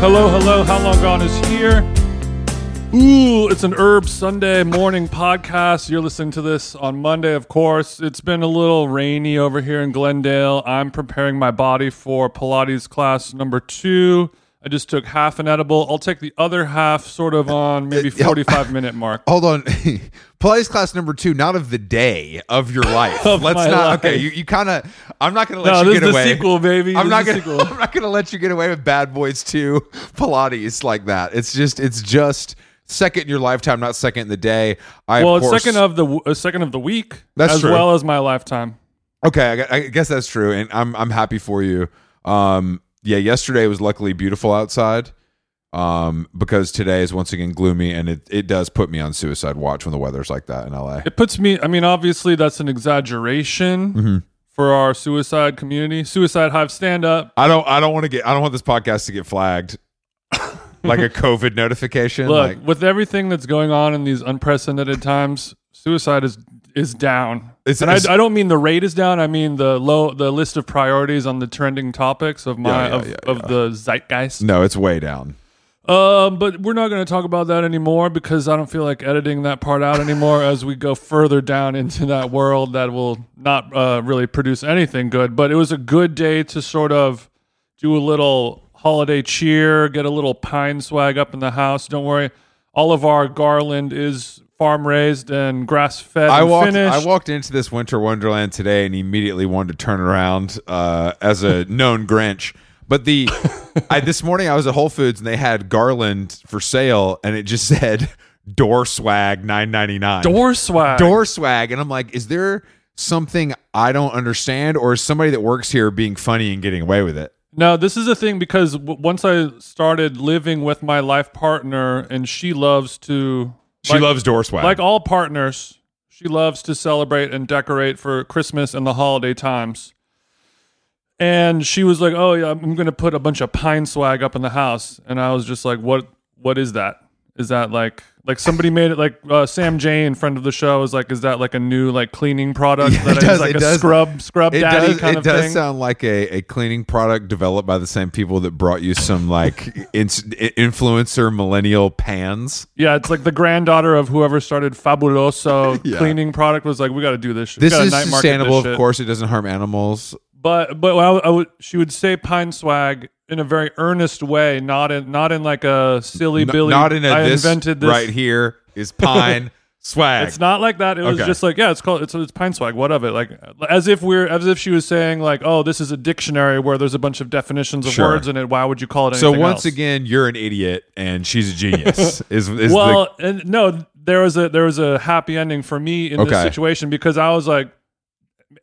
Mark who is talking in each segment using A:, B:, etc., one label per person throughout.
A: Hello, hello. How long gone is here? Ooh, it's an herb Sunday morning podcast. You're listening to this on Monday, of course. It's been a little rainy over here in Glendale. I'm preparing my body for Pilates class number two. I just took half an edible. I'll take the other half sort of
B: Uh,
A: on maybe 45 minute mark.
B: Hold on. Pilates class number two, not of the day of your life.
A: Of
B: Let's
A: my
B: not.
A: life.
B: Okay, you, you kind of. I'm not going to
A: No,
B: let
A: this
B: you
A: is
B: get
A: the
B: away.
A: sequel, baby.
B: I'm
A: This
B: not
A: is
B: going.
A: the
B: to
A: sequel.
B: I'm not going to let you get away with Bad Boys Two Pilates like that. It's just. It's just second in your lifetime, not second in the day. I
A: Well,
B: of
A: it's
B: course,
A: second of the w- uh, second of the week,
B: That's
A: as
B: true.
A: well as my lifetime.
B: Okay, I, gu- I guess that's true, and I'm I'm happy for you. Um, yeah, yesterday was luckily beautiful outside. Um, because today is once again gloomy, and it, it does put me on suicide watch when the weather's like that in LA.
A: It puts me. I mean, obviously, that's an exaggeration
B: Mm-hmm.
A: for our suicide community. Suicide Hive, stand up.
B: I don't I don't want to get I don't want this podcast to get flagged like a COVID notification.
A: Look,
B: like
A: with everything that's going on in these unprecedented times, suicide is is down.
B: It's-
A: and I,
B: it's-
A: I don't mean the rate is down. I mean the low the list of priorities on the trending topics of my
B: Yeah, yeah,
A: of,
B: yeah,
A: of the zeitgeist.
B: no, it's way down.
A: Um, but we're not going to talk about that anymore because I don't feel like editing that part out anymore. as we go further down into that world, that will not uh, really produce anything good. But it was a good day to sort of do a little holiday cheer, get a little pine swag up in the house. Don't worry, all of our garland is farm raised and grass fed.
B: I walked
A: Finished.
B: I walked into this winter wonderland today and immediately wanted to turn around uh, as a known Grinch. But the I this morning I was at Whole Foods and they had garland for sale and it just said door swag nine ninety nine.
A: door swag.
B: door swag and i'm like is there something i don't understand or is somebody that works here being funny and getting away with it
A: Now, this is the thing because w- once I started living with my life partner, and she loves to.
B: she
A: like-
B: loves door swag
A: Like all partners, she loves to celebrate and decorate for Christmas and the holiday times. And she was like, "Oh yeah, I'm going to put a bunch of pine swag up in the house." And I was just like, "What? What is that? Is that like like somebody made it like uh, Sam Jane, friend of the show, is like, is that like a new like cleaning product
B: Yeah,
A: that
B: it
A: is
B: does-
A: like
B: it
A: a
B: does-
A: scrub scrub
B: it
A: daddy
B: does,
A: kind
B: it
A: of
B: does
A: thing?"
B: sound like a, a cleaning product developed by the same people that brought you some like in, influencer millennial pans
A: yeah, it's like the granddaughter of whoever started Fabuloso
B: Yeah.
A: cleaning product was like, "We got to do this. shit.
B: this
A: Gotta
B: is
A: night market this
B: sustainable of
A: shit."
B: course it doesn't harm animals
A: but but I, I would she would say pine swag in a very earnest way, not in not in like a silly
B: N-
A: Billy.
B: not in a
A: I
B: this,
A: invented this.
B: right here is pine swag
A: It's not like that. It was
B: Okay.
A: just like yeah, it's called it's, it's pine swag. What of it? Like as if we're as if she was saying like oh, this is a dictionary where there's a bunch of definitions of
B: Sure.
A: words in it. Why would you call it?
B: so
A: Anything
B: once
A: else?
B: again you're an idiot and she's a genius is, is the
A: well, and no, there was a there was a happy ending for me in this
B: Okay.
A: situation because I was like,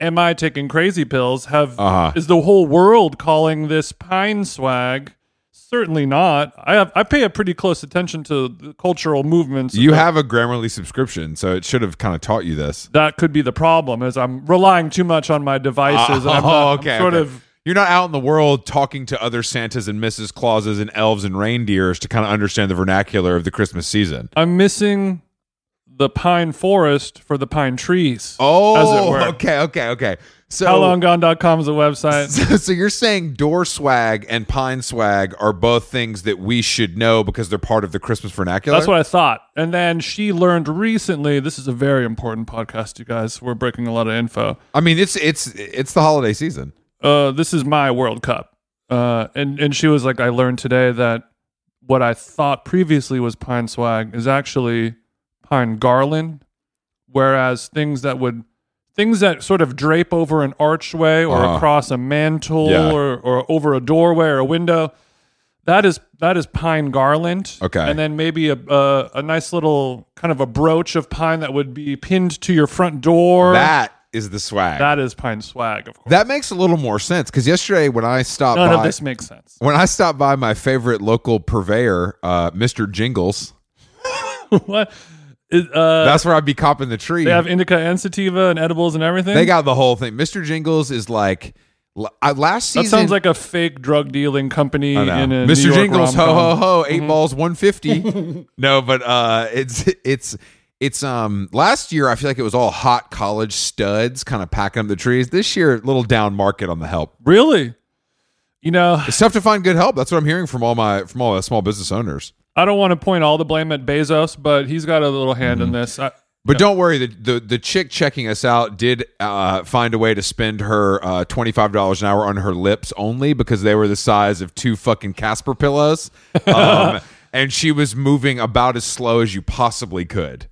A: am I taking crazy pills? Have
B: Uh-huh.
A: is the whole world calling this pine swag? Certainly not. I have I pay a pretty close attention to the cultural movements.
B: You have a Grammarly subscription, so it should have kind of taught you this.
A: that could be the problem is I'm relying too much on my devices. and I'm not- I'm sort
B: Uh-huh. okay.
A: of
B: You're not out in the world talking to other Santas and Mrs. Clauses and elves and reindeers to kind of understand the vernacular of the Christmas season.
A: I'm missing the pine forest for the pine trees. as it
B: Oh,
A: were.
B: okay, okay, okay. So
A: Howlonggone.com is a website.
B: So, so you're saying door swag and pine swag are both things that we should know because they're part of the Christmas vernacular.
A: That's what I thought. And then she learned recently. This is a very important podcast, you guys. We're breaking a lot of info.
B: I mean. It's it's it's the holiday season.
A: Uh, this is my World Cup. Uh, and and she was like, I learned today that what I thought previously was pine swag is actually pine garland, whereas things that would things that sort of drape over an archway or
B: Uh-huh.
A: across a mantle
B: Yeah.
A: or, or over a doorway or a window that is that is pine garland.
B: Okay.
A: and then maybe a a, a nice little kind of a brooch of pine that would be pinned to your front door.
B: That is the swag. That,
A: that is pine swag, of course.
B: makes a little more sense because yesterday when I stopped
A: None
B: by,
A: of this makes sense.
B: When I stopped by my favorite local purveyor, uh, Mr. Jingles,
A: what? Is, uh,
B: that's where I'd be copping the tree.
A: they have indica and sativa and edibles and everything.
B: They got the whole thing. Mr. Jingles is like l- I- last
A: that
B: season.
A: sounds like a fake drug dealing company
B: I know.
A: in a
B: Mr.
A: New York
B: Jingles, ho ho
A: rom-com. Mm-hmm.
B: ho, 8 balls, one fifty. no, but uh, it's it's it's um last year I feel like it was all hot college studs kind of packing up the trees. This year, little down market on the help.
A: Really? You know,
B: It's tough to find good help. That's what I'm hearing from all my from all the small business owners.
A: I don't want to point all the blame at Bezos, but he's got a little hand
B: Mm-hmm.
A: in this. I,
B: But don't worry, the, the the chick checking us out did uh, find a way to spend her uh, twenty five dollars an hour on her lips only because they were the size of two fucking Casper pillows, um, and she was moving about as slow as you possibly could.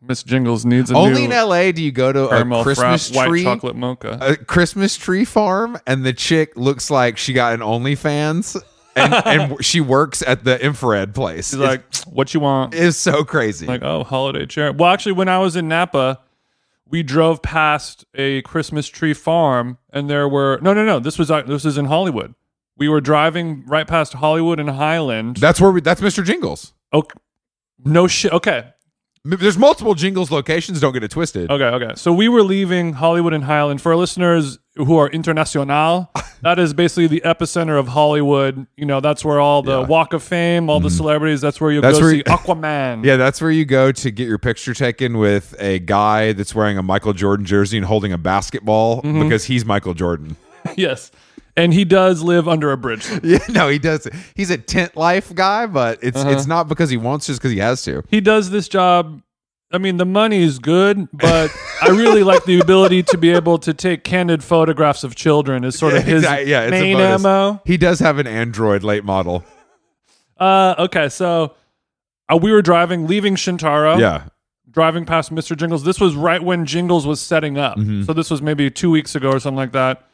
A: Miss Jingles needs a
B: Only
A: new
B: in L.A. do you go to a
A: caramel
B: Christmas
A: frap, white
B: tree uh,
A: chocolate mocha.
B: a Christmas tree farm, and the chick looks like she got an OnlyFans, and, and she works at the infrared place.
A: He's like, "What you want?"
B: it's, it's so crazy.
A: like, "Oh, holiday chair." Well, actually, when I was in Napa, we drove past a Christmas tree farm, and there were no, no, no. This was uh, this is in Hollywood. We were driving right past Hollywood and Highland.
B: that's where we, that's Mr. Jingles.
A: okay, no shit. Okay,
B: M- There's multiple Jingles locations. Don't get it twisted.
A: Okay, okay. So we were leaving Hollywood and Highland. For our listeners who are international, that is basically the epicenter of Hollywood. You know, that's where all the Walk of Fame, all the celebrities. That's where you
B: Mm-hmm. That's
A: go
B: where
A: see
B: you-
A: Aquaman.
B: Yeah, that's where you go to get your picture taken with a guy that's wearing a Michael Jordan jersey and holding a basketball because he's Michael Jordan.
A: yes, and he does live under a bridge.
B: Yeah, no, he does. He's a tent life guy, but it's it's not because he wants to, it's because he has to.
A: He does this job. I mean, the money is good, but I really like the ability to be able to take candid photographs of children. Is sort of his
B: Exact- yeah, it's a
A: main
B: bonus.
A: ammo.
B: He does have an Android late model.
A: Uh, okay, so uh, we were driving, leaving Shintaro.
B: Yeah.
A: driving past Mr. Jingles. This was right when Jingles was setting up.
B: Mm-hmm.
A: So this was maybe two weeks ago or something like that.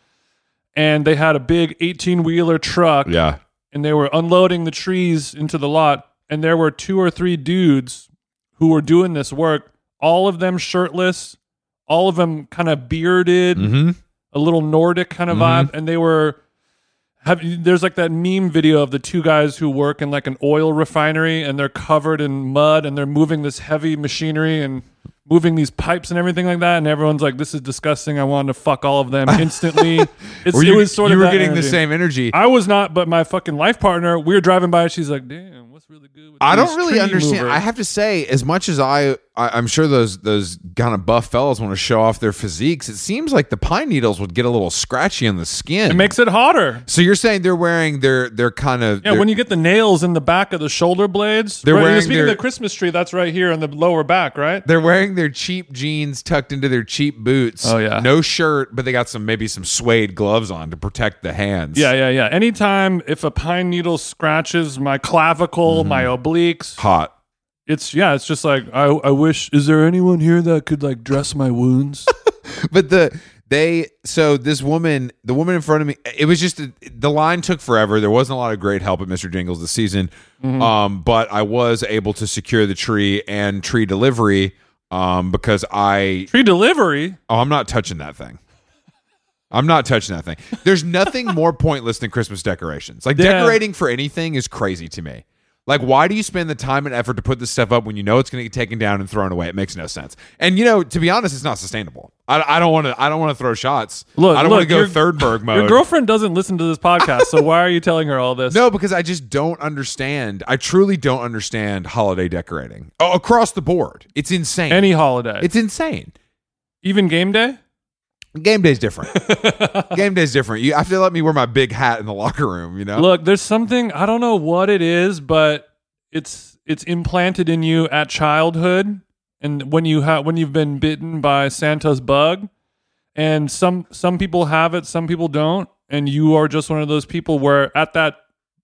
A: And they had a big 18 wheeler truck
B: Yeah.
A: and they were unloading the trees into the lot. And there were two or three dudes who were doing this work, all of them shirtless, all of them kind of bearded,
B: Mm-hmm.
A: a little Nordic kind of vibe. And they were. Have, there's like that meme video of the two guys who work in like an oil refinery and they're covered in mud and they're moving this heavy machinery and moving these pipes and everything like that and everyone's like this is disgusting i wanted to fuck all of them instantly it's,
B: Were you,
A: it was sort
B: you
A: of
B: were
A: that
B: getting
A: energy.
B: the same energy. I,
A: i was not but my fucking life partner we were driving by and she's like damn what's really good with these
B: don't really
A: tree
B: understand.
A: movers?"
B: I have to say, as much as I, I I'm sure those those kind of buff fellas want to show off their physiques, it seems like the pine needles would get a little scratchy on the skin.
A: it makes it hotter
B: So you're saying they're wearing their their kind of
A: yeah,
B: their-
A: when you get the nails in the back of the shoulder blades,
B: They're
A: right,
B: wearing
A: speaking
B: their-
A: of the Christmas tree, that's right here in the lower back, right?
B: they're wearing their cheap jeans tucked into their cheap boots.
A: Oh, yeah.
B: no shirt, but they got some maybe some suede gloves on to protect the hands.
A: Yeah, yeah, yeah. Anytime if a pine needle scratches my clavicle,
B: Mm-hmm.
A: my obliques,
B: hot.
A: it's yeah, it's just like I, I wish. Is there anyone here that could like dress my wounds?
B: But the they so this woman, the woman in front of me, it was just the line took forever. There wasn't a lot of great help at Mr. Jingles this season, um, but I was able to secure the tree and tree delivery um, because I
A: Tree delivery.
B: Oh, I'm not touching that thing. I'm not touching that thing. There's nothing more pointless than Christmas decorations. Like
A: Yeah.
B: decorating for anything is crazy to me. Like, why do you spend the time and effort to put this stuff up when you know it's going to get taken down and thrown away? It makes no sense. And you know, to be honest, it's not sustainable. I, I don't want to. I don't want to throw shots.
A: Look,
B: I don't
A: look,
B: want to go
A: your-
B: Thirdberg mode.
A: Your girlfriend doesn't listen to this podcast, so why are you telling her all this?
B: No, because I just don't understand. I truly don't understand holiday decorating oh, across the board. It's insane.
A: Any holiday,
B: it's insane.
A: even game day.
B: Game day's different. Game day's different. You have to let me wear my big hat in the locker room, you know?
A: Look, there's something I don't know what it is, but it's it's implanted in you at childhood, and when you ha- when you've been bitten by Santa's bug, and some some people have it, some people don't, and you are just one of those people where at that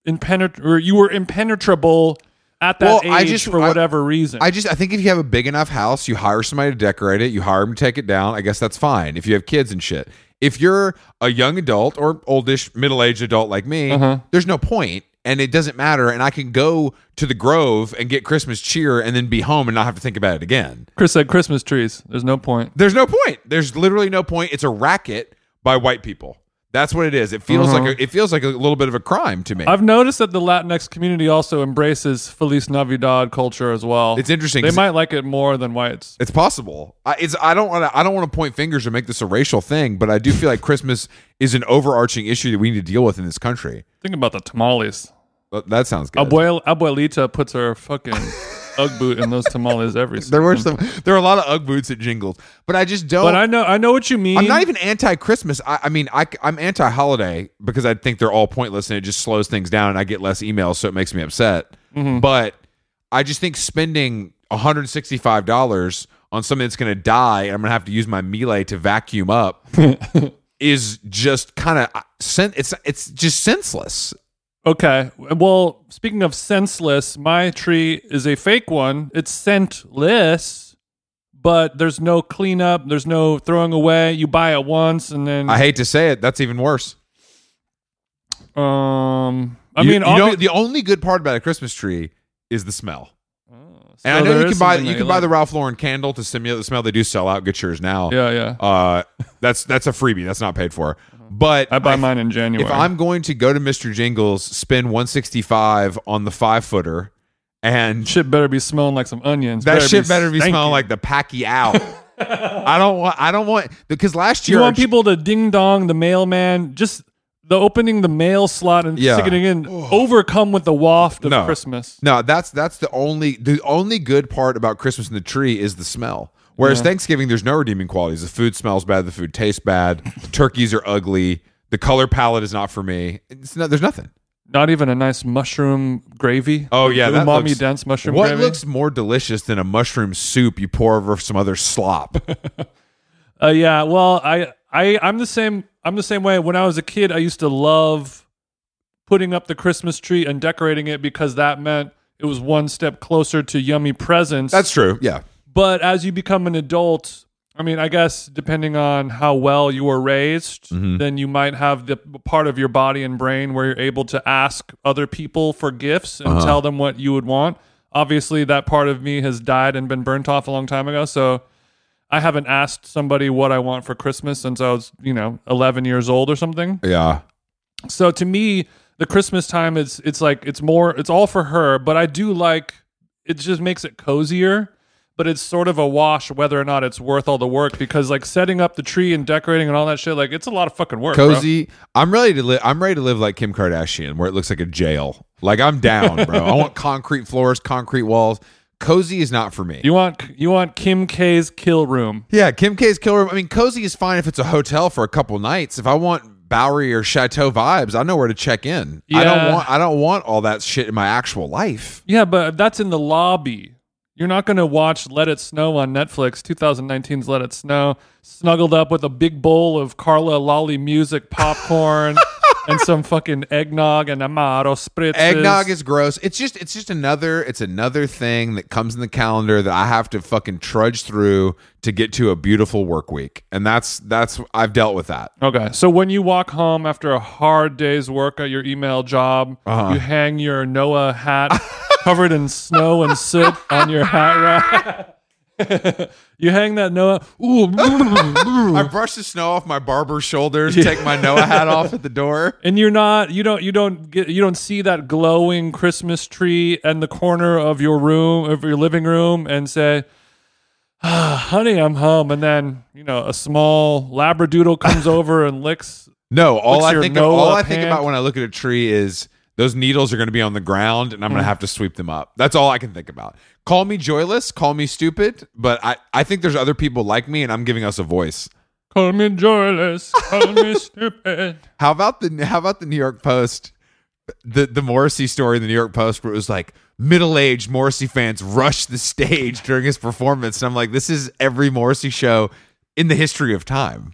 A: impenet or you were impenetrable at that
B: Well, I
A: age
B: just-
A: for
B: I-
A: whatever reason.
B: I just I think if you have a big enough house, you hire somebody to decorate it, you hire them to take it down, I guess that's fine. If you have kids and shit. If you're a young adult or oldish middle-aged adult like me,
A: Uh-huh.
B: there's no point and it doesn't matter and I can go to the Grove and get Christmas cheer and then be home and not have to think about it again.
A: Chris said Christmas trees. There's no point.
B: There's no point. There's literally no point. It's a racket by white people. That's what it is. It feels
A: Uh-huh.
B: like a, it feels like a little bit of a crime to me.
A: I've noticed that the Latinx community also embraces Feliz Navidad culture as well.
B: It's interesting
A: They
B: 'cause-
A: might like it more than whites.
B: It's possible. I, it's I don't want to I don't want to point fingers or make this a racial thing, but I do feel like Christmas is an overarching issue that we need to deal with in this country.
A: Think about the tamales.
B: But that sounds good.
A: Abuel, abuelita puts her fucking Ugg boot and those tamales every
B: There were
A: season.
B: some. There were a lot of Ugg boots at jingles, but I just don't.
A: But I know I know what you mean.
B: I'm not even anti Christmas. I, I mean, I, am anti holiday because I think they're all pointless and it just slows things down and I get less emails, so it makes me upset.
A: Mm-hmm.
B: But I just think spending $165 on something that's going to die and I'm going to have to use my melee to vacuum up is just kind of sen- it's it's just senseless.
A: okay. Well, speaking of senseless, my tree is a fake one. It's scentless, but there's no cleanup. There's no throwing away. You buy it once and then
B: I hate to say it, that's even worse.
A: um. I
B: You-
A: mean,
B: you know,
A: obvi-
B: the only good part about a Christmas tree is the smell.
A: Oh, so
B: And I know
A: there
B: you
A: is
B: can buy
A: something
B: you
A: that
B: can buy
A: like.
B: the Ralph Lauren candle to simulate the smell. They do sell out. Get yours now.
A: Yeah, yeah.
B: Uh, that's that's a freebie. That's not paid for. But
A: I buy
B: I-
A: mine in January.
B: If I'm going to go to Mr. Jingles, spend 165 on the five footer, and
A: shit better be smelling like some onions.
B: that shit better be
A: stinking.
B: smelling like the packy out. I don't want. I don't want because last
A: You
B: year our
A: want
B: ch-
A: people to ding dong the mailman? Just the opening the mail slot and
B: Yeah.
A: sticking it in, overcome with the waft of
B: No.
A: Christmas.
B: No, that's that's the only the only good part about Christmas and the tree is the smell. Whereas Thanksgiving, there's no redeeming qualities. The food smells bad. The food tastes bad. turkeys are ugly. The color palette is not for me. It's not, there's nothing.
A: Not even a nice mushroom gravy.
B: Oh yeah, that
A: umami
B: looks-
A: dense mushroom
B: What
A: gravy.
B: looks more delicious than a mushroom soup you pour over some other slop?
A: Uh, yeah, well, I, I, I'm the same. I'm the same way. When I was a kid, I used to love putting up the Christmas tree and decorating it because that meant it was one step closer to yummy presents.
B: That's true. Yeah.
A: but as you become an adult i mean i guess depending on how well you were raised then you might have the part of your body and brain where you're able to ask other people for gifts and tell them what you would want obviously that part of me has died and been burnt off a long time ago so i haven't asked somebody what i want for christmas since i was you know 11 years old or something
B: Yeah.
A: so to me, the Christmas time is it's like it's more it's all for her, but I do like it just makes it cozier, but it's sort of a wash whether or not it's worth all the work because like setting up the tree and decorating and all that shit, like it's a lot of fucking work. bro.
B: Cozy. I'm ready to live. I'm ready to live like Kim Kardashian, where it looks like a jail. Like I'm down, bro. I want concrete floors, concrete walls. Cozy is not for me.
A: You want you want Kim K's kill room.
B: Yeah, Kim K's kill room. I mean, cozy is fine if it's a hotel for a couple nights. If I want Bowery or Chateau vibes, I know where to check in. I don't
A: Yeah.
B: want. I don't want all that shit in my actual life.
A: Yeah, but that's in the lobby. You're not going to watch Let It Snow on Netflix, 2019's Let It Snow, snuggled up with a big bowl of Carla Lolly music popcorn and some fucking eggnog and amaro spritzes.
B: Eggnog is gross. It's just. It's just another. It's another thing that comes in the calendar that I have to fucking trudge through to get to a beautiful work week, and that's that's. I've dealt with that.
A: Okay. So when you walk home after a hard day's work at your email job,
B: Uh-huh.
A: you hang your Noah hat covered in snow and soot on your hat rack. you hang that Noah. Ooh,
B: I brush the snow off my barber's shoulders, take my Noah hat off at the door.
A: and you're not. You don't. You don't get. You don't see that glowing Christmas tree in the corner of your room, of your living room, and say. Ah, honey, I'm home, and then you know a small labradoodle comes over and licks
B: No, all
A: Looks
B: I
A: your
B: think
A: Noah
B: all I
A: up
B: think
A: hand.
B: about when I look at a tree is those needles are going to be on the ground, and I'm
A: Mm.
B: going to have to sweep them up. That's all I can think about. Call me joyless, call me stupid, but I I think there's other people like me, and I'm giving us a voice.
A: Call me joyless. Call me stupid.
B: How about the How about the New York Post? The the Morrissey story in the New York Post where it was like middle aged Morrissey fans rushed the stage during his performance, and I'm like, this is every Morrissey show in the history of time.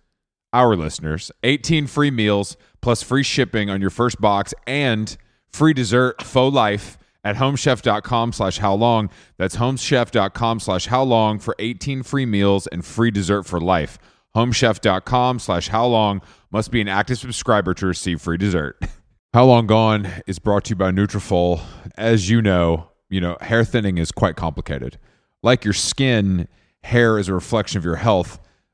B: our listeners, 18 free meals plus free shipping on your first box and free dessert faux life at homechef.com slash how long. That's homechef.com slash how long for 18 free meals and free dessert for life. Homechef.com slash how long must be an active subscriber to receive free dessert. How Long Gone is brought to you by Nutrafol. As you know, you know, hair thinning is quite complicated. Like your skin, hair is a reflection of your health.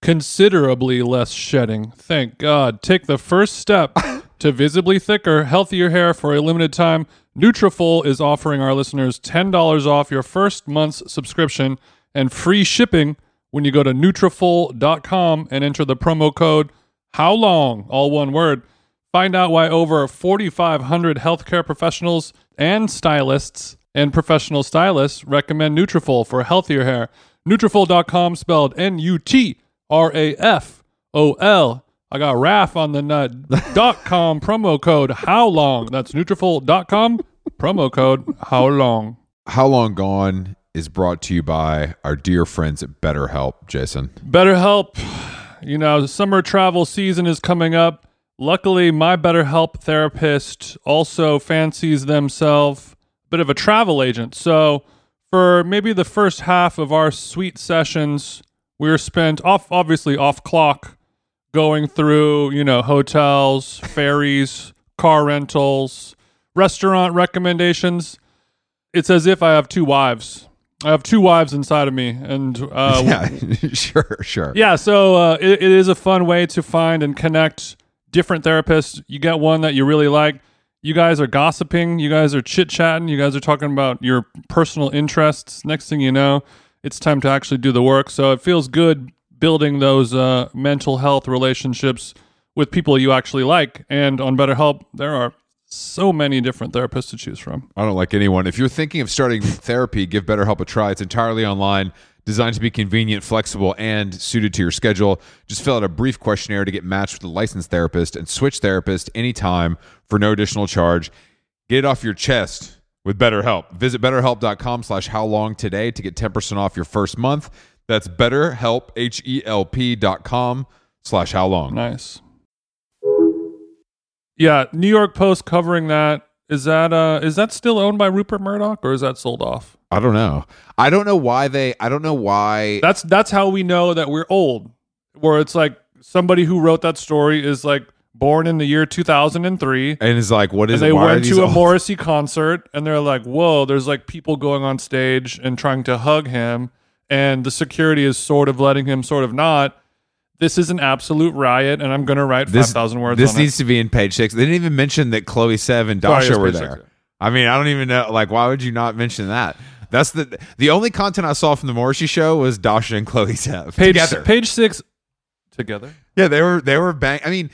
A: considerably less shedding. Thank God. Take the first step to visibly thicker, healthier hair for a limited time. Nutrafol is offering our listeners $10 off your first month's subscription and free shipping when you go to Nutrafol.com and enter the promo code how long? All one word. Find out why over 4,500 healthcare professionals and stylists and professional stylists recommend Nutrafol for healthier hair. Nutrafol.com spelled N-U-T-R-A-F-O-L. I got RAF on the nut. dot com promo code how long? That's Nutrafol.com promo code how long?
B: How Long Gone is brought to you by our dear friends at BetterHelp, Jason.
A: BetterHelp, you know, summer travel season is coming up. Luckily, my BetterHelp therapist also fancies themselves a bit of a travel agent. So, for maybe the first half of our sweet sessions, we were spent off, obviously off clock, going through, you know, hotels, ferries, car rentals, restaurant recommendations. It's as if I have two wives. I have two wives inside of me, and uh,
B: yeah, sure, sure.
A: yeah, so uh, it, it is a fun way to find and connect different therapists. You get one that you really like. You guys are gossiping. You guys are chit chatting. You guys are talking about your personal interests. Next thing you know, it's time to actually do the work. So it feels good building those uh, mental health relationships with people you actually like. And on BetterHelp, there are so many different therapists to choose from.
B: I don't like anyone. If you're thinking of starting therapy, give BetterHelp a try. It's entirely online, designed to be convenient, flexible, and suited to your schedule. Just fill out a brief questionnaire to get matched with a licensed therapist and switch therapist anytime for no additional charge. Get it off your chest with BetterHelp. Visit betterhelp.com slash how long today to get 10% off your first month. That's betterhelp, H-E-L-P dot com slash how long.
A: Nice. Yeah, New York Post covering that. Is that uh is that still owned by Rupert Murdoch or is that sold off?
B: I don't know. I don't know why they, I don't know why.
A: That's that's how we know that we're old. Where it's like somebody who wrote that story is like born in the year 2003
B: and it's like, what is
A: and they
B: it? Why are
A: went
B: these
A: to a
B: all-
A: Morrissey concert and they're like, "Whoa, there's like people going on stage and trying to hug him and the security is sort of letting him sort of not. This is an absolute riot and I'm going to write 5,000 words
B: This
A: on it."
B: needs to be in page six. They didn't even mention that Chloe Sev and
A: Sorry,
B: Dasha
A: it's
B: were
A: page
B: there.
A: six.
B: I mean, I don't even know. Like, why would you not mention that? That's the the only content I saw from the Morrissey show was Dasha and Chloe Sev
A: Page
B: together.
A: page 6 together.
B: yeah, they were they were bang. I mean,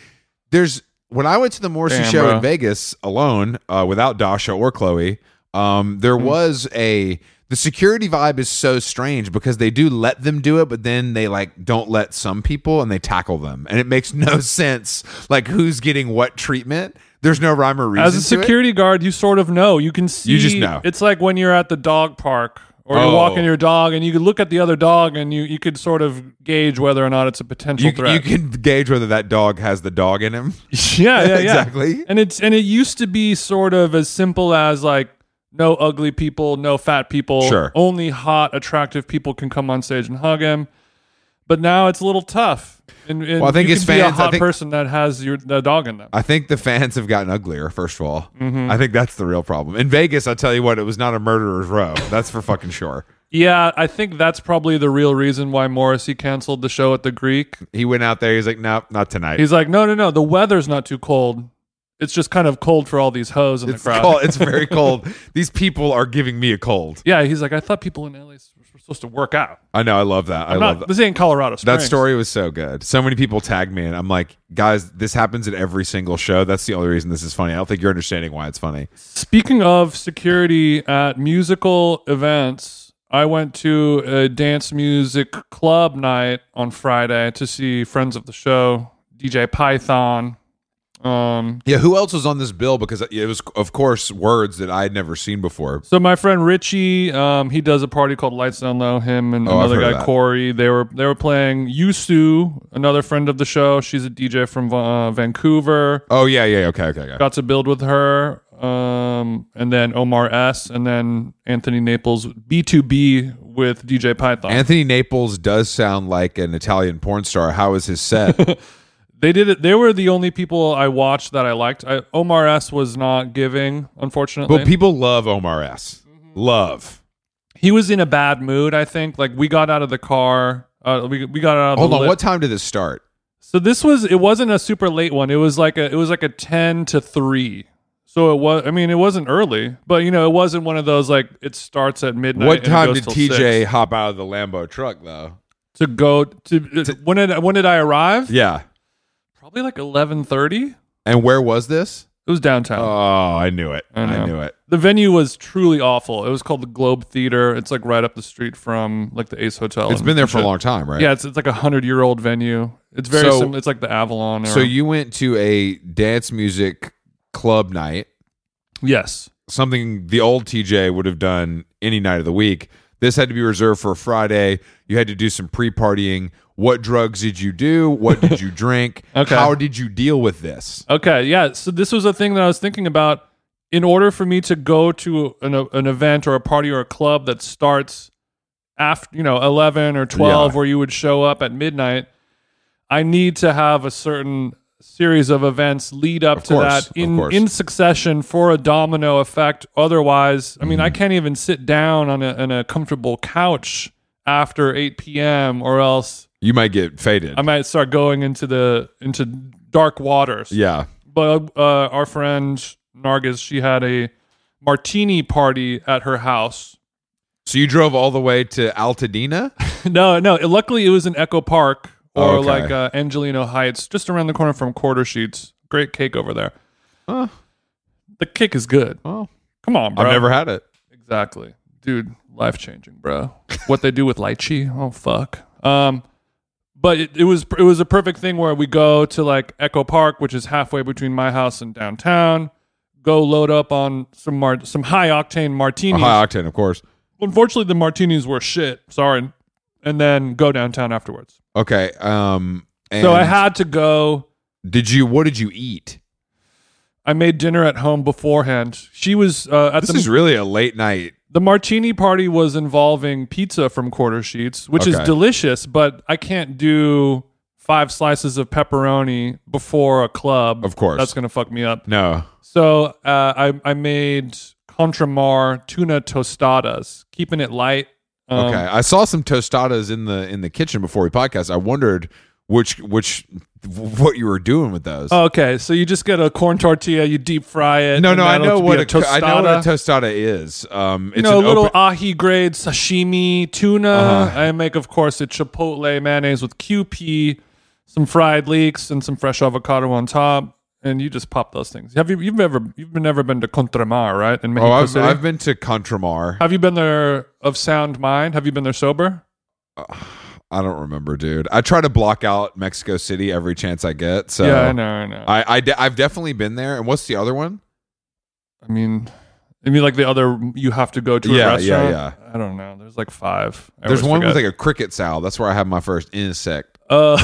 B: there's when I went to the Morrissey
A: Damn,
B: show
A: bro.
B: in Vegas alone, uh, without Dasha or Chloe, um, there
A: Hmm.
B: was a the security vibe is so strange because they do let them do it, but then they like don't let some people and they tackle them, and it makes no sense. Like who's getting what treatment? There's no rhyme or reason.
A: As a
B: to it.
A: security guard, you sort of know. You can see.
B: You just know.
A: It's like when you're at the dog park or
B: Oh.
A: you're walking your dog and you could look at the other dog and you, you could sort of gauge whether or not it's a potential
B: you,
A: threat.
B: you can gauge whether that dog has the dog in him.
A: yeah, yeah, yeah.
B: Exactly.
A: And it's and it used to be sort of as simple as like no ugly people, no fat people.
B: Sure.
A: Only hot, attractive people can come on stage and hug him. but now it's a little tough. And, and
B: Well, I think
A: you
B: his
A: can be a
B: fans- I
A: hot
B: think-
A: person that has your the dog in them.
B: I think the fans have gotten uglier. First of all,
A: Mm-hmm.
B: I think that's the real problem. In Vegas, I tell you what, it was not a murderer's row. That's for fucking sure.
A: yeah, I think that's probably the real reason why Morrissey canceled the show at the Greek.
B: He went out there. He's like, nope, not tonight.
A: He's like, no, no, no, the weather's not too cold. It's just kind of cold for all these hoes in
B: it's
A: the crowd.
B: cold. It's very cold. These people are giving me a cold.
A: Yeah, he's like, I thought people in LA s- were supposed to work out.
B: I know. I love that. i
A: I'm
B: love
A: not,
B: that.
A: this ain't Colorado Springs.
B: That story was so good. So many people tagged me, and I'm like, guys, this happens at every single show. That's the only reason this is funny. I don't think you're understanding why it's funny.
A: Speaking of security at musical events, I went to a dance music club night on Friday to see friends of the show, DJ Python. Um,
B: Yeah, who else was on this bill? Because it was, of course, words that I had never seen before.
A: so my friend Richie, um, he does a party called Lights Down Low. Him and
B: Oh, I've
A: another
B: heard of
A: guy
B: that.
A: Corey. They were they were playing Yusu, another friend of the show. She's a DJ from uh, Vancouver.
B: Oh yeah, yeah, okay, okay, okay.
A: got to build with her um and then omar s and then anthony naples b2b with dj python
B: Anthony Naples does sound like an Italian porn star. How is his set?
A: they did it they were the only people i watched that i liked I, omar s was not giving unfortunately
B: but people love Omar S. Love.
A: he was in a bad mood i think like we got out of the car uh, we, we got out of
B: Hold
A: the
B: on,
A: lift.
B: what time did this start?
A: so this was it wasn't a super late one it was like a it was like a 10 to 3 so it was i mean it wasn't early but you know it wasn't one of those like it starts at midnight
B: what
A: and it
B: time
A: goes
B: did
A: till
B: TJ
A: six.
B: hop out of the Lambo truck though?
A: to go to, uh, when did when did I arrive?
B: Yeah.
A: Probably like eleven thirty.
B: And where was this?
A: It was downtown.
B: Oh, I knew it.
A: I know.
B: I knew it.
A: the venue was truly awful. It was called the Globe Theater. It's like right up the street from like the Ace Hotel.
B: It's
A: and-
B: been there
A: and
B: for a
A: shit.
B: long time, right?
A: Yeah, it's it's like a hundred year old venue. It's very
B: So-
A: sim- it's like the Avalon. Or,
B: So you went to a dance music club night,
A: yes,
B: something the old TJ would have done any night of the week. This had to be reserved for Friday. You had to do some pre-partying. What drugs did you do? What did you drink?
A: Okay.
B: How did you deal with this?
A: okay, yeah. So this was a thing that I was thinking about. In order for me to go to an an event or a party or a club that starts after you know 11 or 12
B: Yeah.
A: where you would show up at midnight i need to have a certain series of events lead up to
B: course,
A: that
B: of
A: in
B: course.
A: in succession for a domino effect otherwise i mean
B: Mm-hmm.
A: i can't even sit down on a, on a comfortable couch after 8 p.m or else
B: You might get faded.
A: i might start going into the into dark waters
B: yeah.
A: but uh, our friend nargis she had a martini party at her house
B: So you drove all the way to Altadena?
A: No, no. it- Luckily, it was in Echo Park or
B: Oh, Okay.
A: like uh, Angelino Heights, just around the corner from Quarter Sheets. Great cake over there.
B: Huh.
A: The cake is good.
B: Well,
A: Come on, bro.
B: I've never had it.
A: exactly, dude. Life changing, bro. what they do with lychee? Oh fuck. Um, but it, it was it was a perfect thing where we go to like Echo Park, which is halfway between my house and downtown. Go load up on some mar- some high octane martinis
B: High octane, of course.
A: unfortunately the martinis were shit sorry and then go downtown afterwards
B: Okay. Um. And
A: so i had to go
B: Did you? What did you eat?
A: i made dinner at home beforehand she was uh, at
B: This
A: the
B: is really a late night.
A: the martini party was involving pizza from quarter sheets which is
B: Okay.
A: delicious but i can't do five slices of pepperoni before a club
B: Of course.
A: that's gonna fuck me up
B: No.
A: so uh, I, I made contramar tuna tostadas keeping it light Um,
B: Okay, I saw some tostadas in the in the kitchen before we podcast. I wondered which which what you were doing with those.
A: Oh, Okay, so you just get a corn tortilla, you deep fry it.
B: no,
A: and
B: no, I
A: that'll
B: know
A: be
B: what
A: a
B: a, co- I know
A: tostada.
B: what a tostada is. Um, it's
A: you know, a
B: an
A: little
B: open,
A: ahi grade sashimi tuna.
B: Uh-huh.
A: I make, of course, a chipotle mayonnaise with QP, some fried leeks, and some fresh avocado on top. And you just pop those things. Have you? You've never, you've never been to Contramar, right? In Mexico
B: Oh, I've,
A: City.
B: I've been to Contramar.
A: Have you been there of sound mind? Have you been there sober?
B: I don't remember, dude. I try to block out Mexico City every chance I get. So
A: yeah, I know, I know. I,
B: I, I de- I've definitely been there. And what's the other one?
A: mean, I mean, like the other, you have to go to a
B: Yeah, yeah,
A: restaurant.
B: yeah.
A: I don't know. There's like five. I
B: There's
A: always
B: one
A: forget.
B: with like a cricket salad. That's where I have my first insect.
A: Uh, all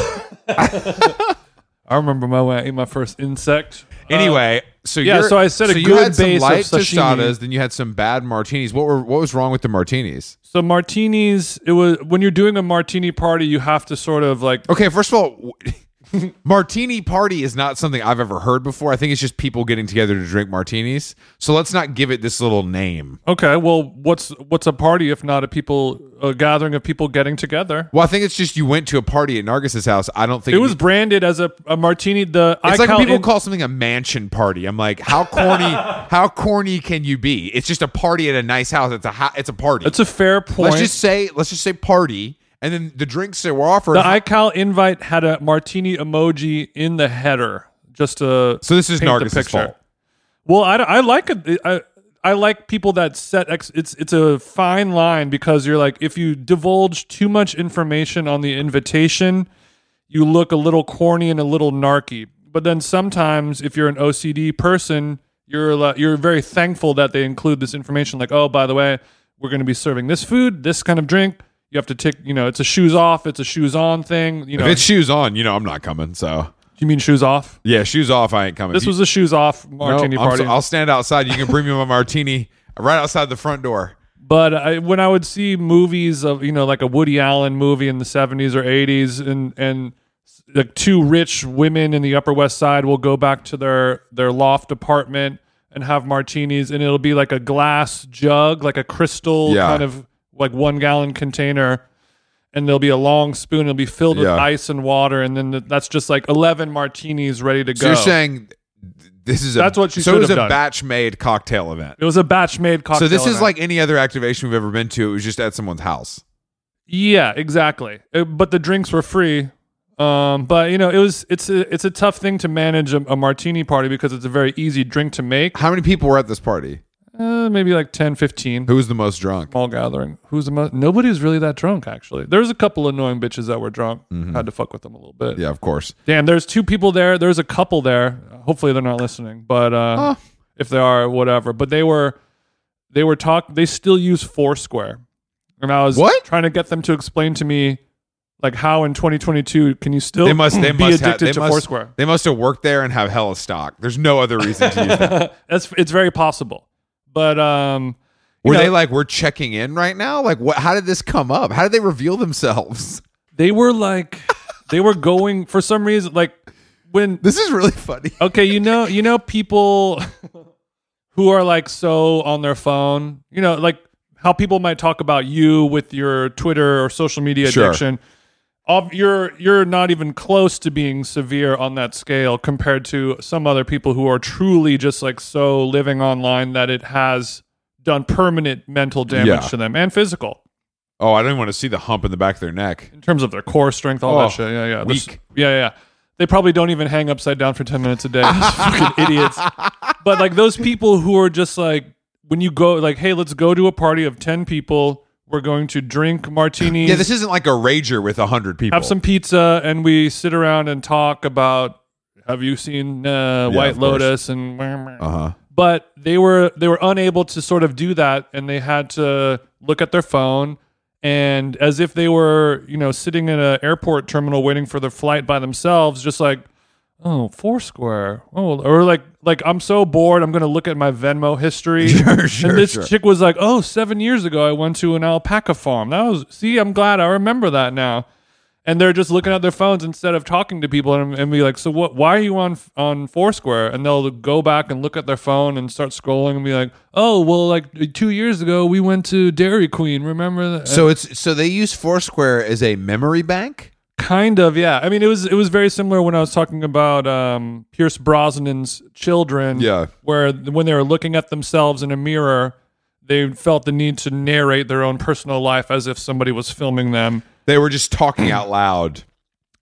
A: Uh, I remember my when I ate my first insect.
B: Anyway, so
A: yeah,
B: you're-
A: so I said a
B: you
A: good
B: had some
A: base of
B: light
A: sashimi.
B: tostadas, then you had some bad martinis. What were what was wrong with the martinis?
A: So martinis. It was when you're doing a martini party, you have to sort of like
B: Okay, first of all, w- martini party is not something I've ever heard before. I think it's just people getting together to drink martinis. So let's not give it this little name.
A: Okay, well, what's what's a party if not a people a gathering of people getting together?
B: Well, I think it's just you went to a party at Narcissus' house. I don't think
A: It was branded as a, a martini. The
B: It's like when
A: Icon-
B: people call something a mansion party. I'm like, how corny? how corny can you be? It's just a party at a nice house. It's a ho- it's a party.
A: It's a fair point.
B: let's just say let's just say party, and then the drinks that were offered.
A: the iCal invite had a martini emoji in the header. Just to
B: so this is
A: paint the
B: Narcissus'
A: picture.
B: fault.
A: Well, I, I like it. I, I like people that set ex, it's it's a fine line because you're like if you divulge too much information on the invitation, you look a little corny and a little narky. But then sometimes if you're an OCD person, you're li- you're very thankful that they include this information like, "Oh, by the way, we're going to be serving this food, this kind of drink. You have to tick, you know, it's a shoes off, it's a shoes on thing, you know.
B: If it's shoes on, you know I'm not coming. So
A: you mean shoes off?
B: yeah, shoes off, I ain't coming.
A: This
B: You-
A: was a shoes off
B: No,
A: martini
B: I'm
A: party.
B: so- I'll stand outside. You can bring me my martini right outside the front door.
A: But I, when I would see movies of you know like a Woody Allen movie in the seventies or eighties, and and like two rich women in the Upper West Side will go back to their their loft apartment and have martinis, and it'll be like a glass jug, like a crystal
B: Yeah.
A: kind of like one gallon container, and there'll be a long spoon. It'll be filled with
B: Yeah.
A: ice and water, and then th- that's just like eleven martinis ready to
B: So
A: go.
B: you're saying th- this is a,
A: That's what you
B: so
A: should
B: it was
A: have
B: a
A: done.
B: batch made cocktail event.
A: it was a batch made cocktail.
B: So this is
A: event.
B: like any other activation we've ever been to. It was just at someone's house.
A: Yeah, exactly. Uh, but the drinks were free. Um, but you know, it was it's a it's a tough thing to manage a, a martini party because it's a very easy drink to make.
B: How many people were at this party?
A: Uh, maybe like 10, 15
B: Who was the most drunk?
A: small gathering. Who's the most? Nobody's really that drunk actually. There's a couple annoying bitches that were drunk.
B: Mm-hmm.
A: Had to fuck with them a little bit.
B: Yeah, of course.
A: Damn, there's two people there. There's a couple there. Hopefully they're not listening, but uh, if they are, whatever. But they were, they were talk. They still use Foursquare, and I was
B: What?
A: trying to get them to explain to me, like how in 2022 can you still
B: They must. They
A: be
B: must have.
A: addicted
B: They
A: to
B: must,
A: Foursquare?
B: they must have worked there and have hella stock. There's no other reason to use that.
A: That's it's very possible, but um, you
B: Were
A: know,
B: they like we're checking in right now? Like what? How did this come up? How did they reveal themselves?
A: they were like they were going for some reason like when
B: This is really funny.
A: okay you know you know people who are like so on their phone you know like how people might talk about you with your twitter or social media
B: Sure.
A: addiction Ob- you're you're not even close to being severe on that scale compared to some other people who are truly just like so living online that it has done permanent mental damage
B: Yeah.
A: to them and physical
B: Oh, I don't even want to see the hump in the back of their neck.
A: in terms of their core strength all
B: Oh,
A: that shit yeah yeah This-
B: weak.
A: yeah yeah they probably don't even hang upside down for 10 minutes a day These fucking idiots but like those people who are just like when you go like hey let's go to a party of 10 people we're going to drink martinis
B: Yeah, this isn't like a rager with a hundred people.
A: have some pizza and we sit around and talk about have you seen uh, white
B: of course.
A: lotus and
B: Uh-huh.
A: but they were they were unable to sort of do that and they had to look at their phone and as if they were you know sitting in an airport terminal waiting for their flight by themselves just like oh foursquare oh or like like i'm so bored i'm gonna look at my venmo history
B: Sure, sure,
A: and this
B: sure.
A: chick was like oh seven years ago i went to an alpaca farm that was see i'm glad i remember that now and they're just looking at their phones instead of talking to people and, and be like, "So what? Why are you on on Foursquare?" And they'll go back and look at their phone and start scrolling and be like, "Oh, well, like two years ago we went to Dairy Queen. Remember that?"
B: So it's so they use Foursquare as a memory bank.
A: kind of, yeah. I mean, it was it was very similar when I was talking about um, Pierce Brosnan's children,
B: Yeah.
A: where th- when they were looking at themselves in a mirror. They felt the need to narrate their own personal life as if somebody was filming them.
B: They were just talking out loud.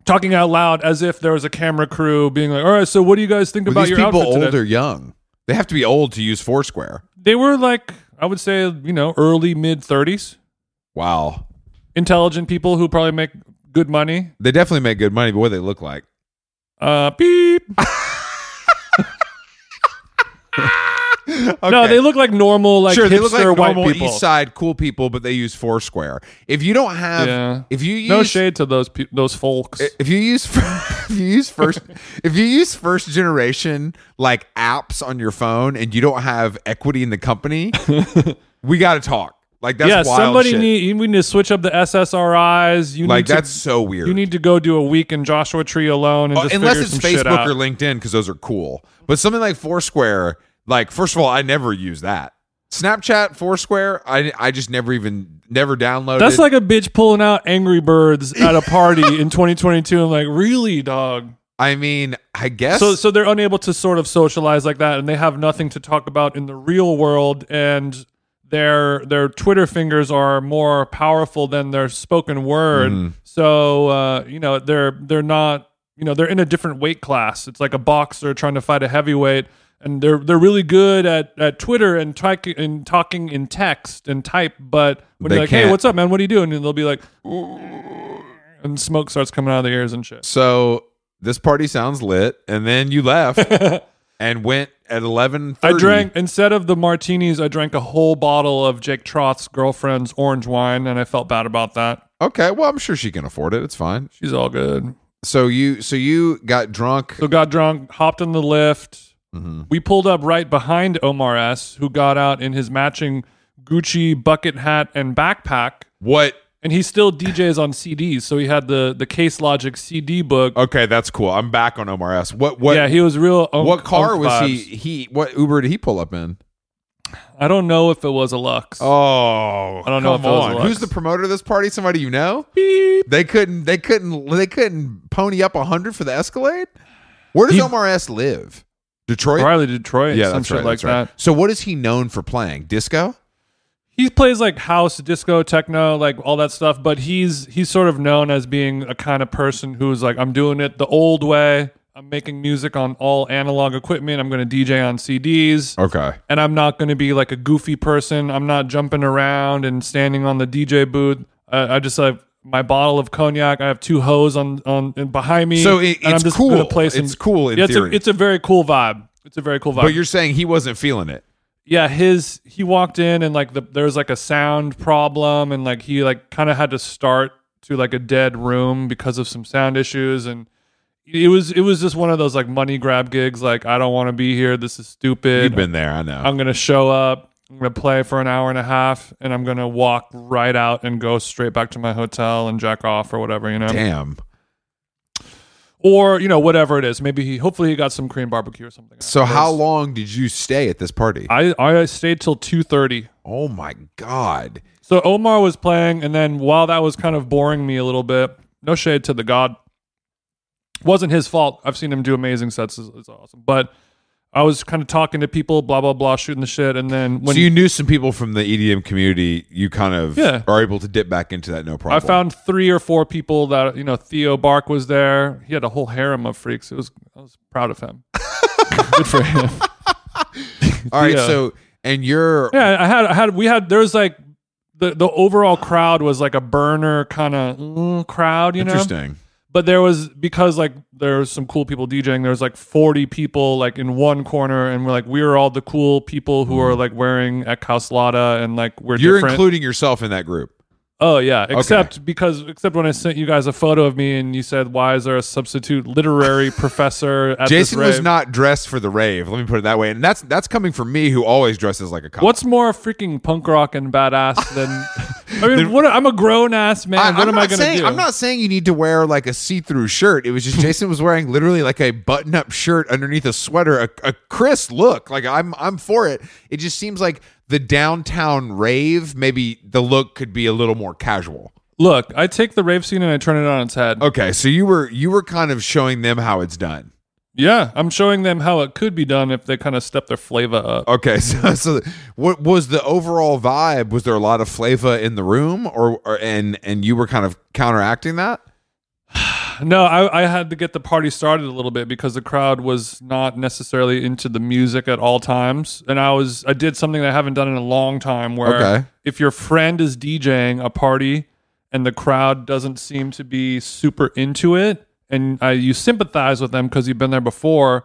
A: talking out loud as if there was a camera crew being like, "All right, so what do you guys think
B: Were
A: about
B: these
A: your
B: people
A: outfit
B: old
A: today?"
B: or young? They have to be old to use Foursquare.
A: They were like, I would say, you know, early mid thirties,
B: Wow.
A: intelligent people who probably make good money.
B: They definitely make good money, but what do they look like?
A: Uh, beep. No, they look like normal, like
B: sure,
A: hipster
B: they look like
A: white
B: normal
A: people.
B: East Side cool people, but they use Foursquare. If you don't have,
A: Yeah.
B: if you use
A: no shade to those pe- those folks.
B: if you use if you use first if you use first generation like apps on your phone and you don't have equity in the company, we got to talk. Like that's
A: yeah,
B: wild
A: somebody
B: shit.
A: need we need to switch up the SSRIs. You
B: like
A: need
B: that's
A: to,
B: so weird.
A: you need to go do a week in Joshua Tree alone and just
B: unless
A: figure
B: it's
A: some shit
B: Facebook
A: out.
B: or LinkedIn because those are cool. But something like Foursquare, like first of all, I never use that. Snapchat, Foursquare, I I just never even never downloaded.
A: That's like a bitch pulling out Angry Birds at a party in 2022. I'm like, really, dog?
B: I mean, I guess
A: So, so they're unable to sort of socialize like that, and they have nothing to talk about in the real world, and their their Twitter fingers are more powerful than their spoken word.
B: Mm-hmm.
A: So, uh, you know, they're they're not, you know, they're in a different weight class. It's like a boxer trying to fight a heavyweight, and they're they're really good at, at Twitter and tyc- and talking in text and type, but when
B: They
A: you're like, hey,
B: can't.
A: what's up, man? What are you doing? And they'll be like. And smoke starts coming out of the ears and shit.
B: so. This party sounds lit, and then you left and went at eleven.
A: I drank instead of the martinis, I drank a whole bottle of Jake Trott's girlfriend's orange wine, and I felt bad about that.
B: Okay, well, I'm sure she can afford it. It's fine.
A: She's all good.
B: So you, so you got drunk.
A: So got drunk, hopped in the lift.
B: Mhm.
A: We pulled up right behind Omar S, who got out in his matching Gucci bucket hat and backpack,
B: What?
A: and he still DJs on CDs. So he had the the Case Logic CD book.
B: Okay, that's cool. I'm back on Omar S. What? Uh, What?
A: yeah, he was real. Unk,
B: what car
A: unk
B: was he?
A: vibes.
B: He? What Uber did he pull up in?
A: I don't know if it was a Lux.
B: Oh,
A: I don't know
B: come
A: if that was
B: on.
A: Lux.
B: Who's the promoter of this party? Somebody you know?
A: Beep.
B: They couldn't. They couldn't. They couldn't pony up a hundred for the Escalade. Where does
A: He-
B: Omar S live? Detroit.
A: Probably Detroit,
B: Yeah,
A: some
B: that's
A: shit
B: right.
A: like
B: that's right.
A: that.
B: So what is he known for playing? Disco.
A: he plays like house disco techno like all that stuff but he's he's sort of known as being a kind of person who's like i'm doing it the old way i'm making music on all analog equipment i'm going to dj on cds
B: Okay.
A: and i'm not going to be like a goofy person i'm not jumping around and standing on the dj booth uh, i just have my bottle of cognac i have two hoes on on and behind me
B: So it-
A: and i'm
B: it's
A: just
B: cool.
A: gonna play some-
B: It's cool in
A: yeah, it's, a,
B: theory.
A: it's a very cool vibe it's a very cool vibe
B: But you're saying he wasn't feeling it.
A: yeah his he walked in and like the, there was like a sound problem and like he like kind of had to start to like a dead room because of some sound issues and it was it was just one of those like money grab gigs like i don't want to be here this is stupid
B: You've been there. I know.
A: i'm gonna show up i'm gonna play for an hour and a half and i'm gonna walk right out and go straight back to my hotel and jack off or whatever you know
B: Damn.
A: or you know whatever it is maybe he hopefully he got some korean barbecue or something
B: So how long did you stay at this party?
A: i i stayed till 2.30
B: oh my god.
A: So Omar was playing, and then while that was kind of boring me a little bit, no shade to the god, wasn't his fault. I've seen him do amazing sets; it's, it's awesome. But I was kind of talking to people, blah blah blah, shooting the shit, and then when
B: so you knew some people from the EDM community, you kind of
A: Yeah.
B: are able to dip back into that no
A: I
B: problem.
A: found three or four people that you know, Theo Bark was there. He had a whole harem of freaks. It was I was proud of him. Good for him.
B: All right,
A: yeah.
B: so and you're
A: uh, Yeah, I had I had we had there was like the the overall crowd was like a burner kind of mm, crowd, you know.
B: interesting.
A: but there was because like there was some cool people DJing. There was like forty people like in one corner, and we're like we were all the cool people who are like wearing at Causlada and like we're
B: Mm-hmm. You're
A: different.
B: including yourself in that group.
A: oh yeah, except because except when I sent you guys a photo of me and you said why is there a substitute literary professor at
B: Jason
A: this
B: was
A: rave?"
B: not dressed for the rave. Let me put it that way, and that's that's coming from me, who always dresses like a cop.
A: What's more freaking punk rock and badass than? I mean, what I'm a grown ass man.
B: I,
A: what
B: am
A: am
B: not
A: I gonna
B: saying
A: do?
B: I'm not saying you need to wear like a see-through shirt. It was just Jason was wearing literally like a button-up shirt underneath a sweater, a, a crisp look. Like I'm I'm for it. It just seems like the downtown rave. Maybe the look could be a little more casual.
A: Look, I take the rave scene and I turn it on its head.
B: Okay, so you were you were kind of showing them how it's done.
A: Yeah, I'm showing them how it could be done if they kind of step their flavor up.
B: Okay, so so what was the overall vibe? Was there a lot of flavor in the room, or, or and and you were kind of counteracting that?
A: No, I, I had to get the party started a little bit because the crowd was not necessarily into the music at all times, and I was I did something that I haven't done in a long time. Where
B: Okay.
A: if your friend is DJing a party and the crowd doesn't seem to be super into it, and uh, you sympathize with them because you've been there before,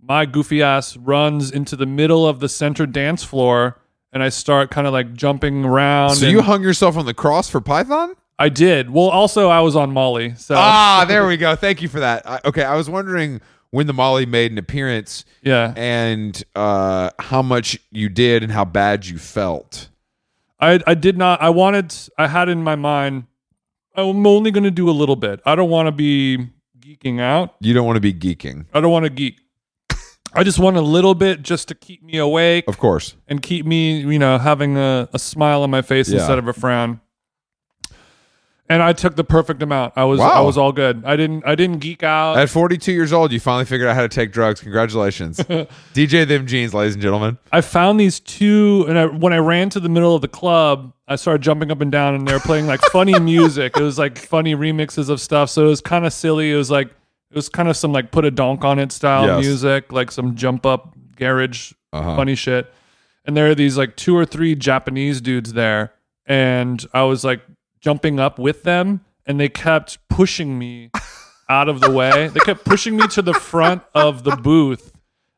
A: my goofy ass runs into the middle of the center dance floor and I start kind of like jumping around.
B: So
A: and-
B: you hung yourself on the cross for Python?
A: I did. Well, also I was on Molly, so
B: Ah, there we go. Thank you for that. I, okay, I was wondering when the Molly made an appearance
A: yeah.
B: and uh, how much you did and how bad you felt.
A: I I did not. I wanted. I had in my mind. I'm only going to do a little bit. I don't want to be geeking out.
B: You don't want to be geeking,
A: I don't want to geek. I just want a little bit just to keep me awake
B: of course.
A: and keep me, you know, having a, a smile on my face
B: Yeah.
A: instead of a frown. And I took the perfect amount. I was I
B: Wow.
A: was all good. I didn't I didn't geek out.
B: At 42 years old, you finally figured out how to take drugs. Congratulations. DJ them jeans, ladies and gentlemen.
A: I found these two, and I, when I ran to the middle of the club, I started jumping up and down, and they were playing like funny music. It was like funny remixes of stuff, so it was kind of silly. It was like it was kind of some like put a donk on it style
B: Yes.
A: music, like some jump up garage
B: Uh-huh.
A: funny shit. And there are these like two or three Japanese dudes there, and I was like jumping up with them, and they kept pushing me out of the way. they kept pushing me to the front of the booth.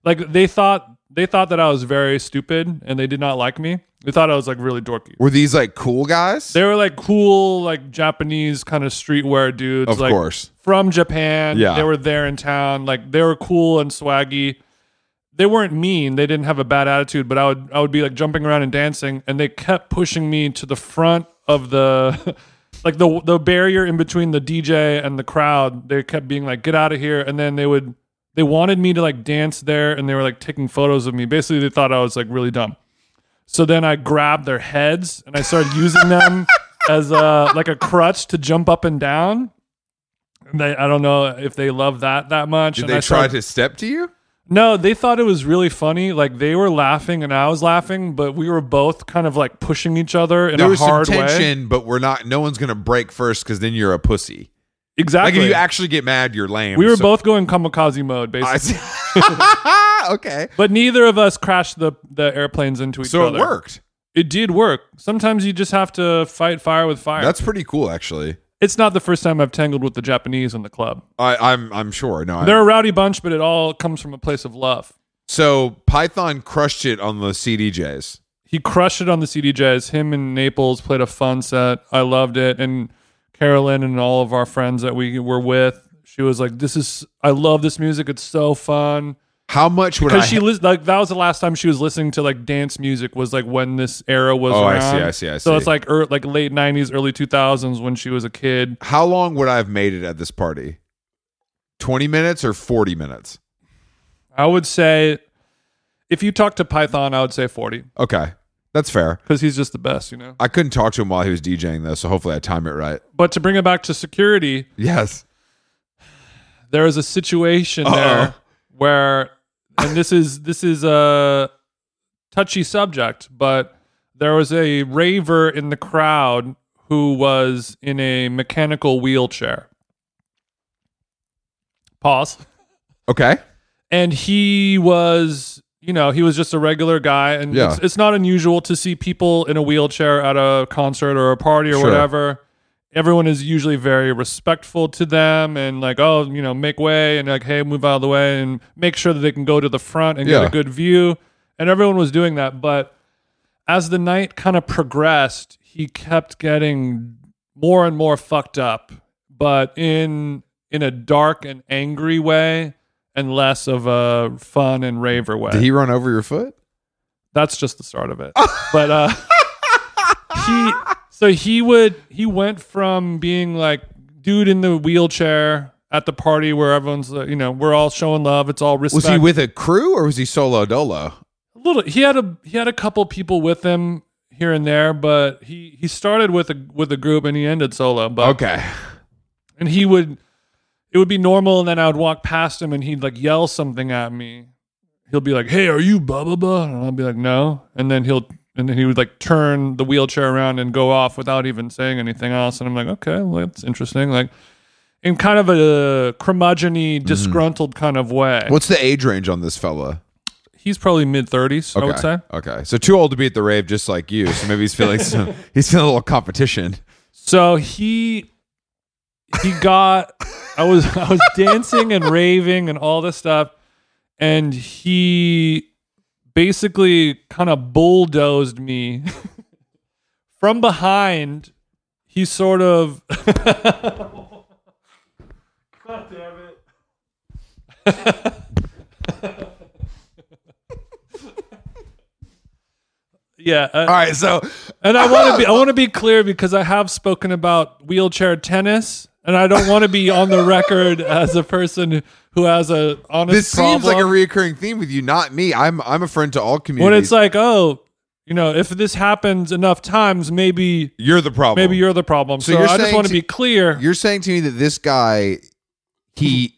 A: Like they thought they thought that I was very stupid and they did not like me. They thought I was like really dorky.
B: Were these like cool guys?
A: They were like cool, like Japanese kind of streetwear dudes,
B: of
A: like
B: course.
A: from Japan.
B: Yeah.
A: They were there in town. Like they were cool and swaggy. They weren't mean. They didn't have a bad attitude, but I would I would be like jumping around and dancing and they kept pushing me to the front of the like the the barrier in between the DJ and the crowd. They kept being like get out of here and then they would they wanted me to like dance there and they were like taking photos of me. Basically they thought I was like really dumb. So then I grabbed their heads and I started using them as a like a crutch to jump up and down. And they, I don't know if they love that that much.
B: Did
A: and
B: they
A: I
B: try
A: started-
B: to step to you?
A: no, they thought it was really funny. Like they were laughing and I was laughing, but we were both kind of like pushing each other in
B: There
A: a
B: was some
A: hard way.
B: tension, but we're not, no one's going to break first because then you're a pussy. Like
A: Exactly.
B: if you actually get mad, you're lame.
A: we were
B: So-
A: both going kamikaze mode,
B: I
A: basically.
B: see. okay.
A: but neither of us crashed the, the airplanes into each
B: So
A: other.
B: it worked.
A: It did work. Sometimes you just have to fight fire with fire.
B: That's pretty cool, actually.
A: it's not the first time I've tangled with the Japanese in the club.
B: I, I'm I'm sure. No, I-
A: They're a rowdy bunch, but it all comes from a place of love.
B: so Python crushed it on the CDJs.
A: He crushed it on the CDJs. Him and Naples played a fun set. I loved it. And Carolyn and all of our friends that we were with, she was like, "This is I love this music. It's so fun."
B: How much would I?
A: Because she lis- like that was the last time she was listening to like dance music was like when this era was.
B: Oh, I see,
A: around.
B: I see, I
A: So
B: see.
A: it's like er, like late '90s, early 2000s when she was a kid.
B: how long would I have made it at this party? Twenty minutes or forty minutes?
A: I would say, if you talk to Python, I would say 40
B: Okay, that's fair.
A: because he's just the best, you know.
B: I couldn't talk to him while he was DJing though, so hopefully I time it right.
A: But to bring it back to security,
B: Yes.
A: there is a situation
B: Uh-oh.
A: there where and this is this is a touchy subject but there was a raver in the crowd who was in a mechanical wheelchair pause
B: Okay.
A: and he was you know he was just a regular guy and
B: Yeah.
A: it's, it's not unusual to see people in a wheelchair at a concert or a party or
B: Sure.
A: whatever everyone is usually very respectful to them and like oh you know make way and like hey move out of the way and make sure that they can go to the front and get
B: Yeah.
A: a good view and everyone was doing that but as the night kind of progressed he kept getting more and more fucked up but in in a dark and angry way and less of a fun and raver way
B: Did he run over your foot?
A: that's just the start of it. but uh, he so he would he went from being like dude in the wheelchair at the party where everyone's uh, you know we're all showing love, it's all respect.
B: Was he with a crew or was he solo dolo?
A: a little? He had a he had a couple people with him here and there, but he he started with a with a group and he ended solo. But
B: Okay.
A: and he would it would be normal and then i would walk past him and he'd like yell something at me he'll be like hey are you blah blah blah and i'll be like no and then he'll and then he would like turn the wheelchair around and go off without even saying anything else and i'm like okay well that's interesting like in kind of a curmudgeony disgruntled kind of way
B: What's the age range on this fella?
A: he's probably mid-30s i would say
B: Okay. So too old to be at the rave, just like you. So maybe he's feeling some, he's feeling a little competition.
A: So he he got I was I was dancing and raving and all this stuff and he basically kind of bulldozed me from behind. He sort of. God damn it. yeah. uh,
B: All right, so
A: and I want to be I want to be clear because I have spoken about wheelchair tennis, and I don't want to be on the record as a person who has a honest
B: this seems like a
A: problem.
B: reoccurring theme with you, not me. I'm I'm a friend to all communities.
A: when it's like, oh, you know, if this happens enough times, maybe
B: you're the problem.
A: maybe you're the problem. So,
B: Oh. you're
A: I just
B: saying
A: want
B: to-
A: to be clear.
B: you're saying to me that this guy he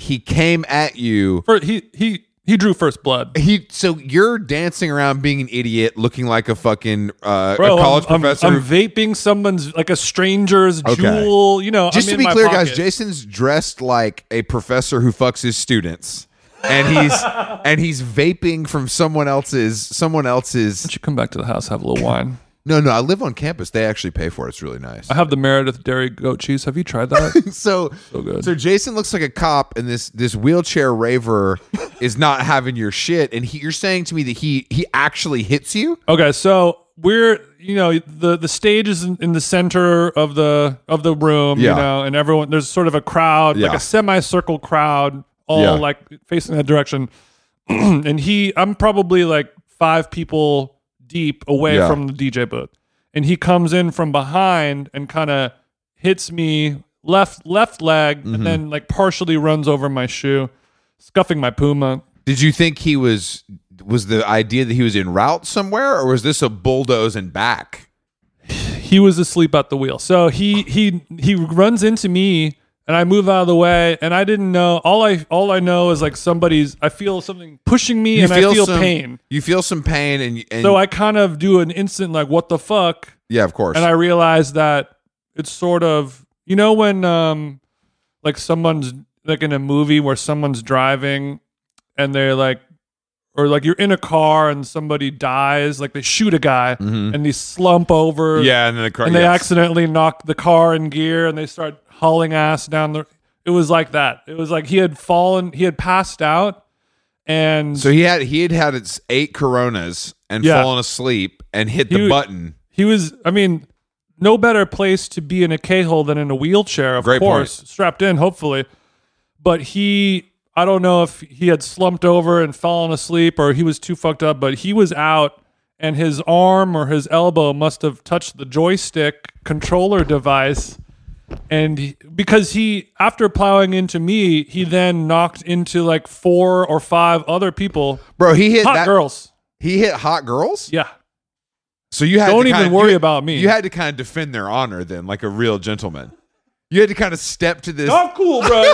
B: he came at you
A: For, he he he drew first blood.
B: he so you're dancing around being an idiot looking like a fucking uh,
A: Bro,
B: a college
A: I'm, I'm-
B: professor
A: I'm,
B: who-
A: vaping someone's like a stranger's
B: Okay.
A: jewel. You know,
B: just
A: I'm
B: to
A: in
B: be
A: my
B: clear guys
A: pocket.
B: jason's dressed like a professor who fucks his students and he's and he's vaping from someone else's someone else's
A: Why don't you come back to the house, have a little wine.
B: no no i live on campus they actually pay for it it's really nice
A: I have the Meredith dairy goat cheese. Have you tried that?
B: so
A: so good.
B: So Jason looks like a cop, and this this wheelchair raver is not having your shit. And he, you're saying to me that he he actually hits you?
A: Okay, so we're you know the the stage is in, in the center of the of the room,
B: Yeah.
A: you know, and everyone there's sort of a crowd,
B: Yeah.
A: like a semicircle crowd, all
B: Yeah.
A: like facing that direction. and he, I'm probably like five people deep away
B: Yeah.
A: from the DJ booth, and he comes in from behind and kind of hits me left left leg,
B: Mm-hmm.
A: and then like partially runs over my shoe, scuffing my Puma.
B: Did you think he was was the idea that he was en route somewhere, or was this a bulldoze and back?
A: he was asleep at the wheel. So he he he runs into me and I move out of the way and I didn't know all I all I know is like somebody's I feel something pushing me and I feel
B: some
A: pain.
B: You feel some pain, and, and
A: So I kind of do an instant like what the fuck
B: yeah, of course.
A: and I realize that it's sort of you know when um like someone's like in a movie where someone's driving and they're like or like you're in a car and somebody dies like they shoot a guy and they slump over
B: Mm-hmm. yeah, and then the car,
A: and they
B: yes.
A: accidentally knock the car in gear and they start hauling ass down the it was like that it was like he had fallen he had passed out and
B: So he had he had had its eight Coronas and
A: Yeah.
B: fallen asleep and hit
A: He
B: the
A: was-
B: button.
A: he was i mean no better place to be in a k-hole than in a wheelchair of
B: Great
A: course strapped in hopefully but he i don't know if he had slumped over and fallen asleep or he was too fucked up but he was out and his arm or his elbow must have touched the joystick controller device and he- because he after plowing into me he then knocked into like four or five other people
B: Bro, he hit
A: hot
B: that.
A: girls
B: He hit hot girls.
A: yeah
B: So you had
A: don't
B: to
A: even
B: kinda,
A: worry
B: you-
A: about me
B: You had to kind of defend their honor then, like a real gentleman. You had to kind of step to this.
A: i'm cool bro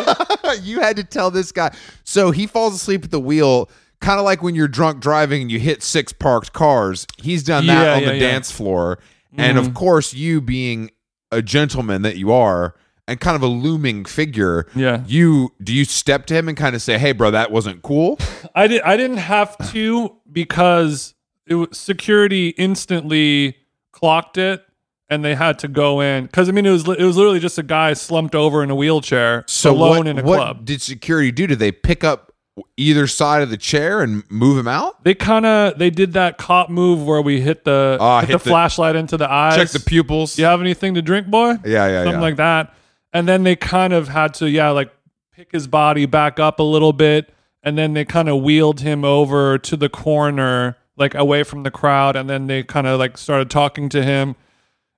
B: you had to tell this guy. So he falls asleep at the wheel, kind of like when you're drunk driving and you hit six parked cars. He's done that
A: Yeah,
B: on
A: yeah,
B: the
A: yeah. Mm-hmm.
B: dance floor. And of course, you being a gentleman that you are and kind of a looming figure,
A: Yeah.
B: you do you step to him and kind of say, "Hey bro, that wasn't cool?"
A: I did. I didn't have to because it was, security instantly clocked it, and they had to go in. Because I mean, it was li- it was literally just a guy slumped over in a wheelchair, alone
B: what,
A: in a
B: what
A: club.
B: did security do? Did they pick up either side of the chair and move him out?
A: They kind of they did that cop move where we hit the
B: Ah,
A: hit,
B: hit
A: the,
B: the-
A: flashlight into the eyes.
B: Check the pupils.
A: you have anything to drink, boy?
B: Yeah, yeah,
A: something
B: yeah.
A: like that. And then they kind of had to, yeah, like pick his body back up a little bit, and then they kind of wheeled him over to the corner, like away from the crowd, and then they kind of like started talking to him.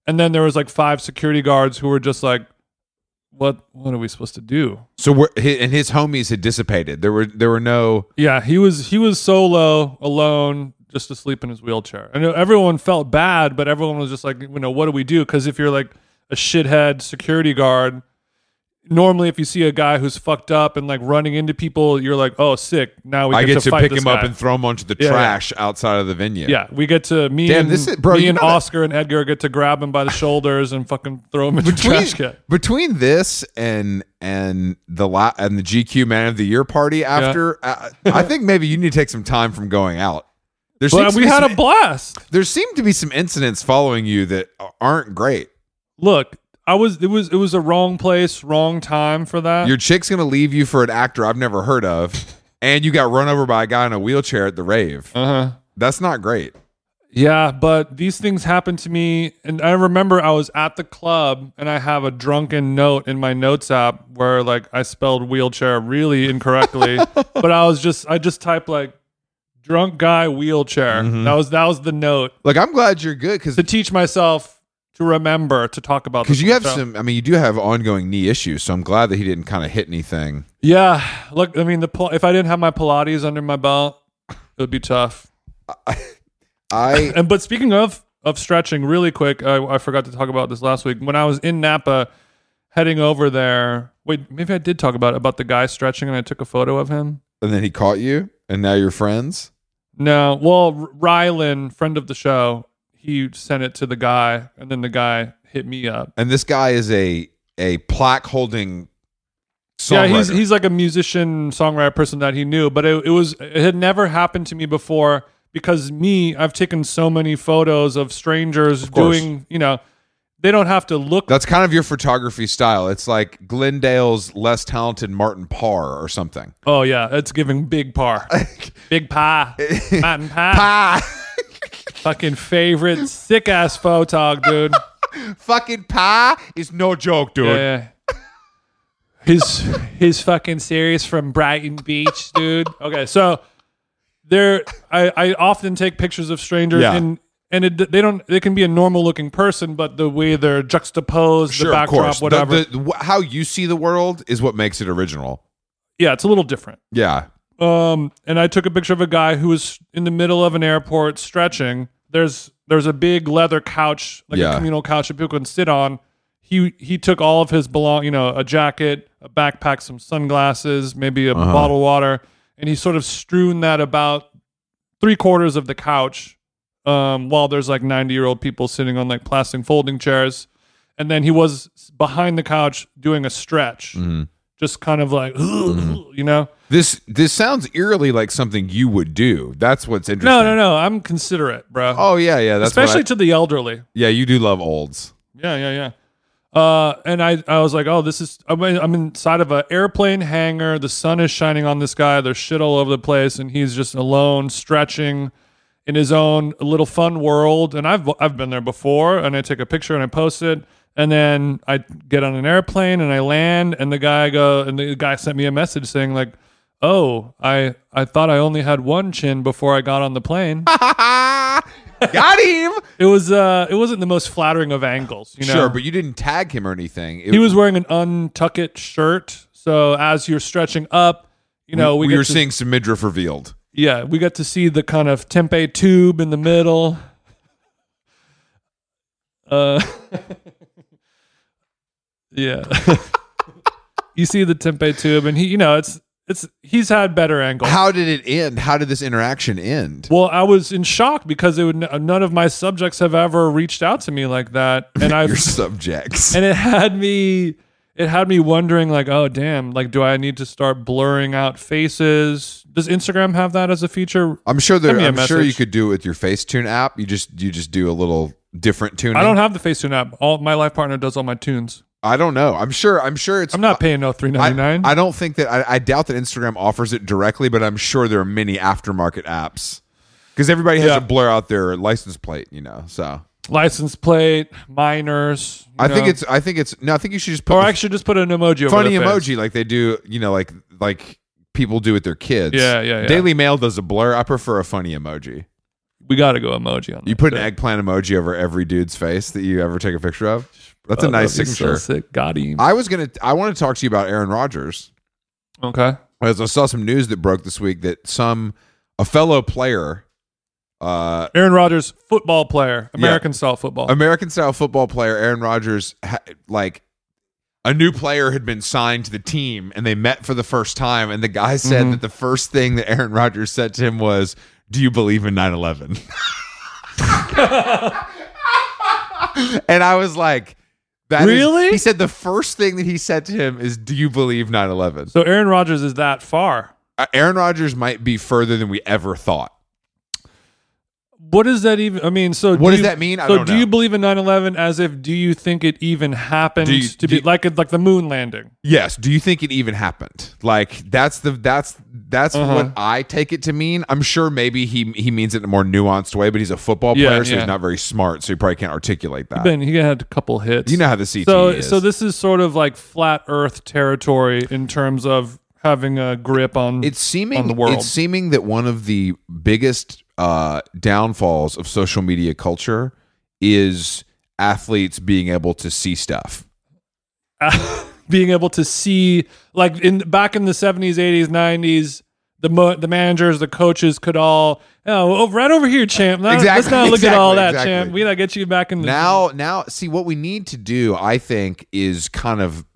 A: And then there was like five security guards who were just like, "What? What are we supposed to do?"
B: So we're, hi- and his homies had dissipated. There were there were no
A: Yeah, he was he was solo, alone, just asleep in his wheelchair. I know everyone felt bad, but everyone was just like, you know, what do we do? Because if you're like a shithead security guard, normally if you see a guy who's fucked up and like running into people, you're like, oh, sick. Now we
B: I
A: get,
B: get to,
A: fight
B: pick
A: this
B: him up
A: guy.
B: and throw him onto the
A: Yeah, yeah.
B: trash outside of the venue.
A: yeah, we get to me
B: Damn,
A: and
B: this is- bro,
A: me
B: you
A: and
B: know that-
A: Oscar and Edgar get to grab him by the shoulders and fucking throw him in the trash
B: Between,
A: can.
B: between this and and the la- and the GQ Man of the Year party after, uh, I, I think maybe you need to take some time from going out. There
A: But
B: seems to
A: we
B: be
A: had
B: some-
A: a blast.
B: there seem to be some incidents following you that aren't great.
A: Look, I was it was it was a wrong place, wrong time for that.
B: Your chick's gonna leave you for an actor I've never heard of, and you got run over by a guy in a wheelchair at the rave.
A: Uh huh.
B: That's not great.
A: Yeah, but these things happen to me. And I remember I was at the club and I have a drunken note in my notes app where like I spelled wheelchair really incorrectly. but I was just, I just typed like drunk guy wheelchair.
B: Mm-hmm.
A: That was, that was the note
B: Like I'm glad you're good because
A: to teach myself to remember to talk about
B: because
A: this
B: you have
A: stuff.
B: some. I mean, you do have ongoing knee issues, so I'm glad that he didn't kind of hit anything.
A: Yeah. Look, I mean, the pil- if I didn't have my Pilates under my belt, it would be tough.
B: I
A: And but speaking of of stretching, really quick, I, I forgot to talk about this last week. When I was in Napa, heading over there, wait, maybe I did talk about it, about the guy stretching, and I took a photo of him.
B: and then he caught you, and now you're friends.
A: No, well, R- Rylan, friend of the show, he sent it to the guy, and then the guy hit me up.
B: And this guy is a a plaque holding.
A: Yeah, he's
B: songwriter.
A: he's like a musician, songwriter person that he knew, but it, it was it had never happened to me before because me, I've taken so many photos of strangers
B: course.
A: doing, you know, they don't have to look
B: That's kind of your photography style. It's like Glendale's less talented Martin Parr or something.
A: Oh yeah, it's giving big par, big pie, mountain pie,
B: Pie,
A: fucking favorite sick ass photog, dude.
B: fucking pie is no joke, dude.
A: Yeah. His his fucking series from Brighton Beach, dude. Okay, so there, I I often take pictures of strangers
B: Yeah.
A: and. And it, they don't. They can be a normal-looking person, but the way they're juxtaposed, the
B: Sure, of
A: backdrop,
B: course. The-
A: whatever.
B: the- the- wh- how you see the world is what makes it original.
A: yeah, it's a little different.
B: Yeah,
A: um, and I took a picture of a guy who was in the middle of an airport stretching. There's there's a big leather couch, like
B: Yeah.
A: a communal couch that people can sit on. He he took all of his belong, you know, a jacket, a backpack, some sunglasses, maybe a bottle of water, and he sort of strewn that about three quarters of the couch. Um, while there's like 90 year old people sitting on like plastic folding chairs, and then he was behind the couch doing a stretch, just kind of like you know.
B: this this sounds eerily like something you would do. That's what's interesting.
A: No, no, no. I'm considerate, bro.
B: Oh yeah, yeah. That's what
A: Especially
B: I-
A: to the elderly.
B: yeah. You do love olds.
A: Yeah, yeah, yeah. Uh, and I, I was like, oh, this is. I'm, in- I'm inside of an airplane hangar. The sun is shining on this guy. There's shit all over the place, and he's just alone, stretching in his own little fun world. And I've I've been there before, and I take a picture and I post it. And then I get on an airplane and I land, and the guy go and the guy sent me a message saying like, "Oh, I I thought I only had one chin before I got on the plane."
B: Got him.
A: It was uh it wasn't the most flattering of angles, you know.
B: Sure, but you didn't tag him or anything. It-
A: he was wearing an untuck it shirt, so as you're stretching up, you know, we,
B: we
A: get
B: were
A: to,
B: seeing some midriff revealed.
A: yeah, we got to see the kind of tempeh tube in the middle. Uh Yeah. you see the tempeh tube and he you know, it's it's he's had better angles.
B: How did it end? How did this interaction end?
A: Well, I was in shock because it would, none of my subjects have ever reached out to me like that, and I've
B: Your subjects.
A: and it had me it had me wondering like oh damn like do i need to start blurring out faces does instagram have that as a feature
B: I'm sure there.
A: Send me a
B: I'm sure
A: message.
B: you could do it with your Facetune app. You just you just do a little different tuning.
A: i don't have the facetune app all my life partner does all my tunes
B: I don't know. I'm sure. I'm sure it's.
A: i'm not paying no
B: I,
A: 399
B: I don't think that. I, I doubt that Instagram offers it directly, but I'm sure there are many aftermarket apps because everybody has
A: Yeah.
B: to blur out their license plate. You know, so
A: license plate minors you
B: I think
A: know.
B: it's. I think it's. No, I think you should just put
A: or
B: the
A: i should just put an emoji over
B: funny
A: the face.
B: emoji like they do. You know, like like people do with their kids.
A: Yeah, yeah, yeah.
B: Daily Mail does a blur. I prefer a funny emoji.
A: we gotta go emoji on
B: You
A: that
B: put an
A: shit.
B: eggplant emoji over every dude's face that you ever take a picture of. That's
A: Oh,
B: a nice
A: that'd be so
B: signature.
A: sick. got him
B: I was gonna. I want to talk to you about Aaron Rodgers.
A: okay
B: As I saw some news that broke this week that some a fellow player, uh,
A: aaron Rodgers, football player american style football
B: American style football player Aaron Rodgers, ha- like a new player had been signed to the team, and they met for the first time, and the guy said
A: Mm-hmm.
B: that the first thing that Aaron Rodgers said to him was, "Do you believe in 9/11?" and I was like. that is-
A: Really?
B: he said the first thing that he said to him is, "Do you believe 9/11?"
A: so aaron Rodgers is that far
B: Uh, Aaron Rodgers might be further than we ever thought.
A: What does that even? I mean, so
B: What
A: do
B: does
A: you-
B: that mean? I
A: so
B: don't
A: do
B: know.
A: you believe in 9-11 as if? Do you think it even happened
B: Do you-
A: to
B: do
A: be
B: you-
A: like like the moon landing?
B: Yes. Do you think it even happened? Like that's the that's that's
A: Uh-huh.
B: what I take it to mean. I'm sure maybe he he means it in a more nuanced way, but he's a football
A: Yeah,
B: player, so
A: yeah.
B: he's not very smart, so he probably can't articulate that.
A: Ben, he had a couple hits.
B: Uh, you know how the CTE
A: so
B: is.
A: so this is sort of like flat Earth territory in terms of having a grip on.
B: it's seeming
A: on the world.
B: it's seeming that one of the biggest uh, downfalls of social media culture is athletes being able to see stuff.
A: being able to see like in back in the 70s 80s 90s the mo- the managers the coaches could all oh oh, right over here champ Now- let's
B: Exactly,
A: not look at all that
B: exactly,
A: champ
B: exactly.
A: we gotta get you back in the
B: Now now see what we need to do, I think, is kind of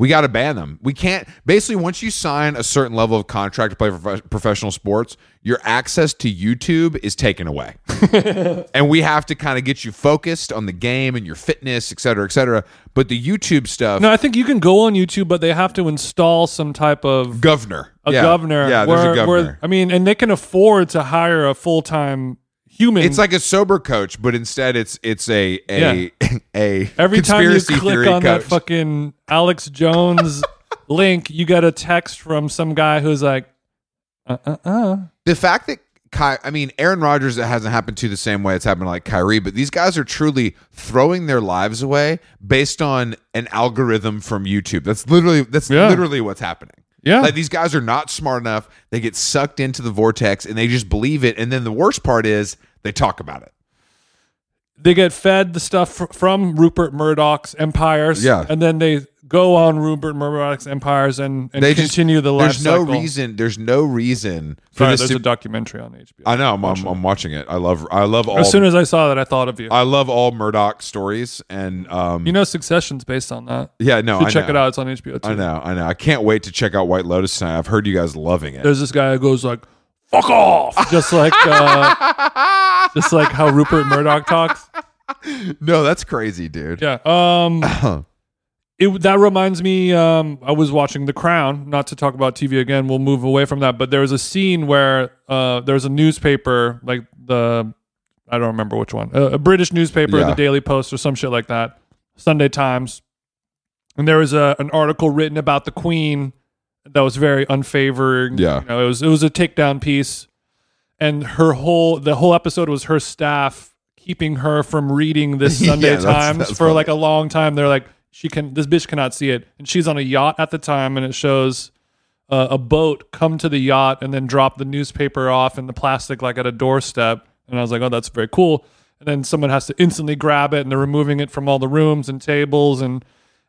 B: we got to ban them. We can't basically once you sign a certain level of contract to play prof- professional sports, your access to YouTube is taken away. and we have to kind of get you focused on the game and your fitness, et cetera, et cetera. But the YouTube stuff
A: no i think you can go on youtube but they have to install some type of
B: governor.
A: a
B: yeah.
A: governor
B: Yeah, there's a
A: where-
B: governor.
A: where- i mean and they can afford to hire a full-time human
B: it's like a sober coach, but instead it's it's a a a
A: every time you
B: conspiracy
A: click
B: theory
A: on that
B: coach.
A: fucking alex jones link you get a text from some guy who's like uh-uh-uh
B: the fact that Ky- I mean, Aaron Rodgers, it hasn't happened to the same way it's happened to like Kyrie, but these guys are truly throwing their lives away based on an algorithm from YouTube. That's literally that's
A: Yeah.
B: literally what's happening.
A: yeah
B: Like these guys are not smart enough. They get sucked into the vortex and they just believe it. And then the worst part is they talk about it.
A: they get fed the stuff fr- from Rupert Murdoch's empires,
B: Yeah.
A: and then they go on Rupert Murdoch's empires and, and
B: They just-
A: continue the life
B: There's no
A: cycle.
B: reason. There's no reason for
A: Sorry,
B: this.
A: there's
B: To,
A: a documentary on HBO.
B: I know. I'm, I'm, I'm watching it. I love. I love all.
A: as soon as I saw that, I thought of you.
B: I love all Murdoch stories. And um,
A: you know, Succession's based on that.
B: yeah, no,
A: You
B: I
A: should check
B: know.
A: it out. It's on HBO
B: I
A: too.
B: know, I know. I can't wait to check out White Lotus tonight. I've heard you guys loving it.
A: There's this guy who goes like, "Fuck off," just like uh, just like how Rupert Murdoch talks.
B: No, that's crazy, dude.
A: Yeah. Um. It, that reminds me. Um, I was watching The Crown. Not to talk about TV again. We'll move away from that. But there was a scene where uh, there was a newspaper, like the I don't remember which one, a, a British newspaper,
B: Yeah.
A: the Daily Post or some shit like that, Sunday Times, and there was a an article written about the Queen that was very unfavored.
B: Yeah.
A: You know, it was it was a takedown piece, and her whole the whole episode was her staff keeping her from reading this
B: Yeah,
A: Sunday
B: that's-
A: Times
B: that's
A: for
B: funny.
A: like a long time. They're like, she can this bitch cannot see it, and she's on a yacht at the time, and it shows. Uh, a boat come to the yacht and then drop the newspaper off in the plastic like at a doorstep and i was like oh that's very cool and then someone has to instantly grab it and they're removing it from all the rooms and tables and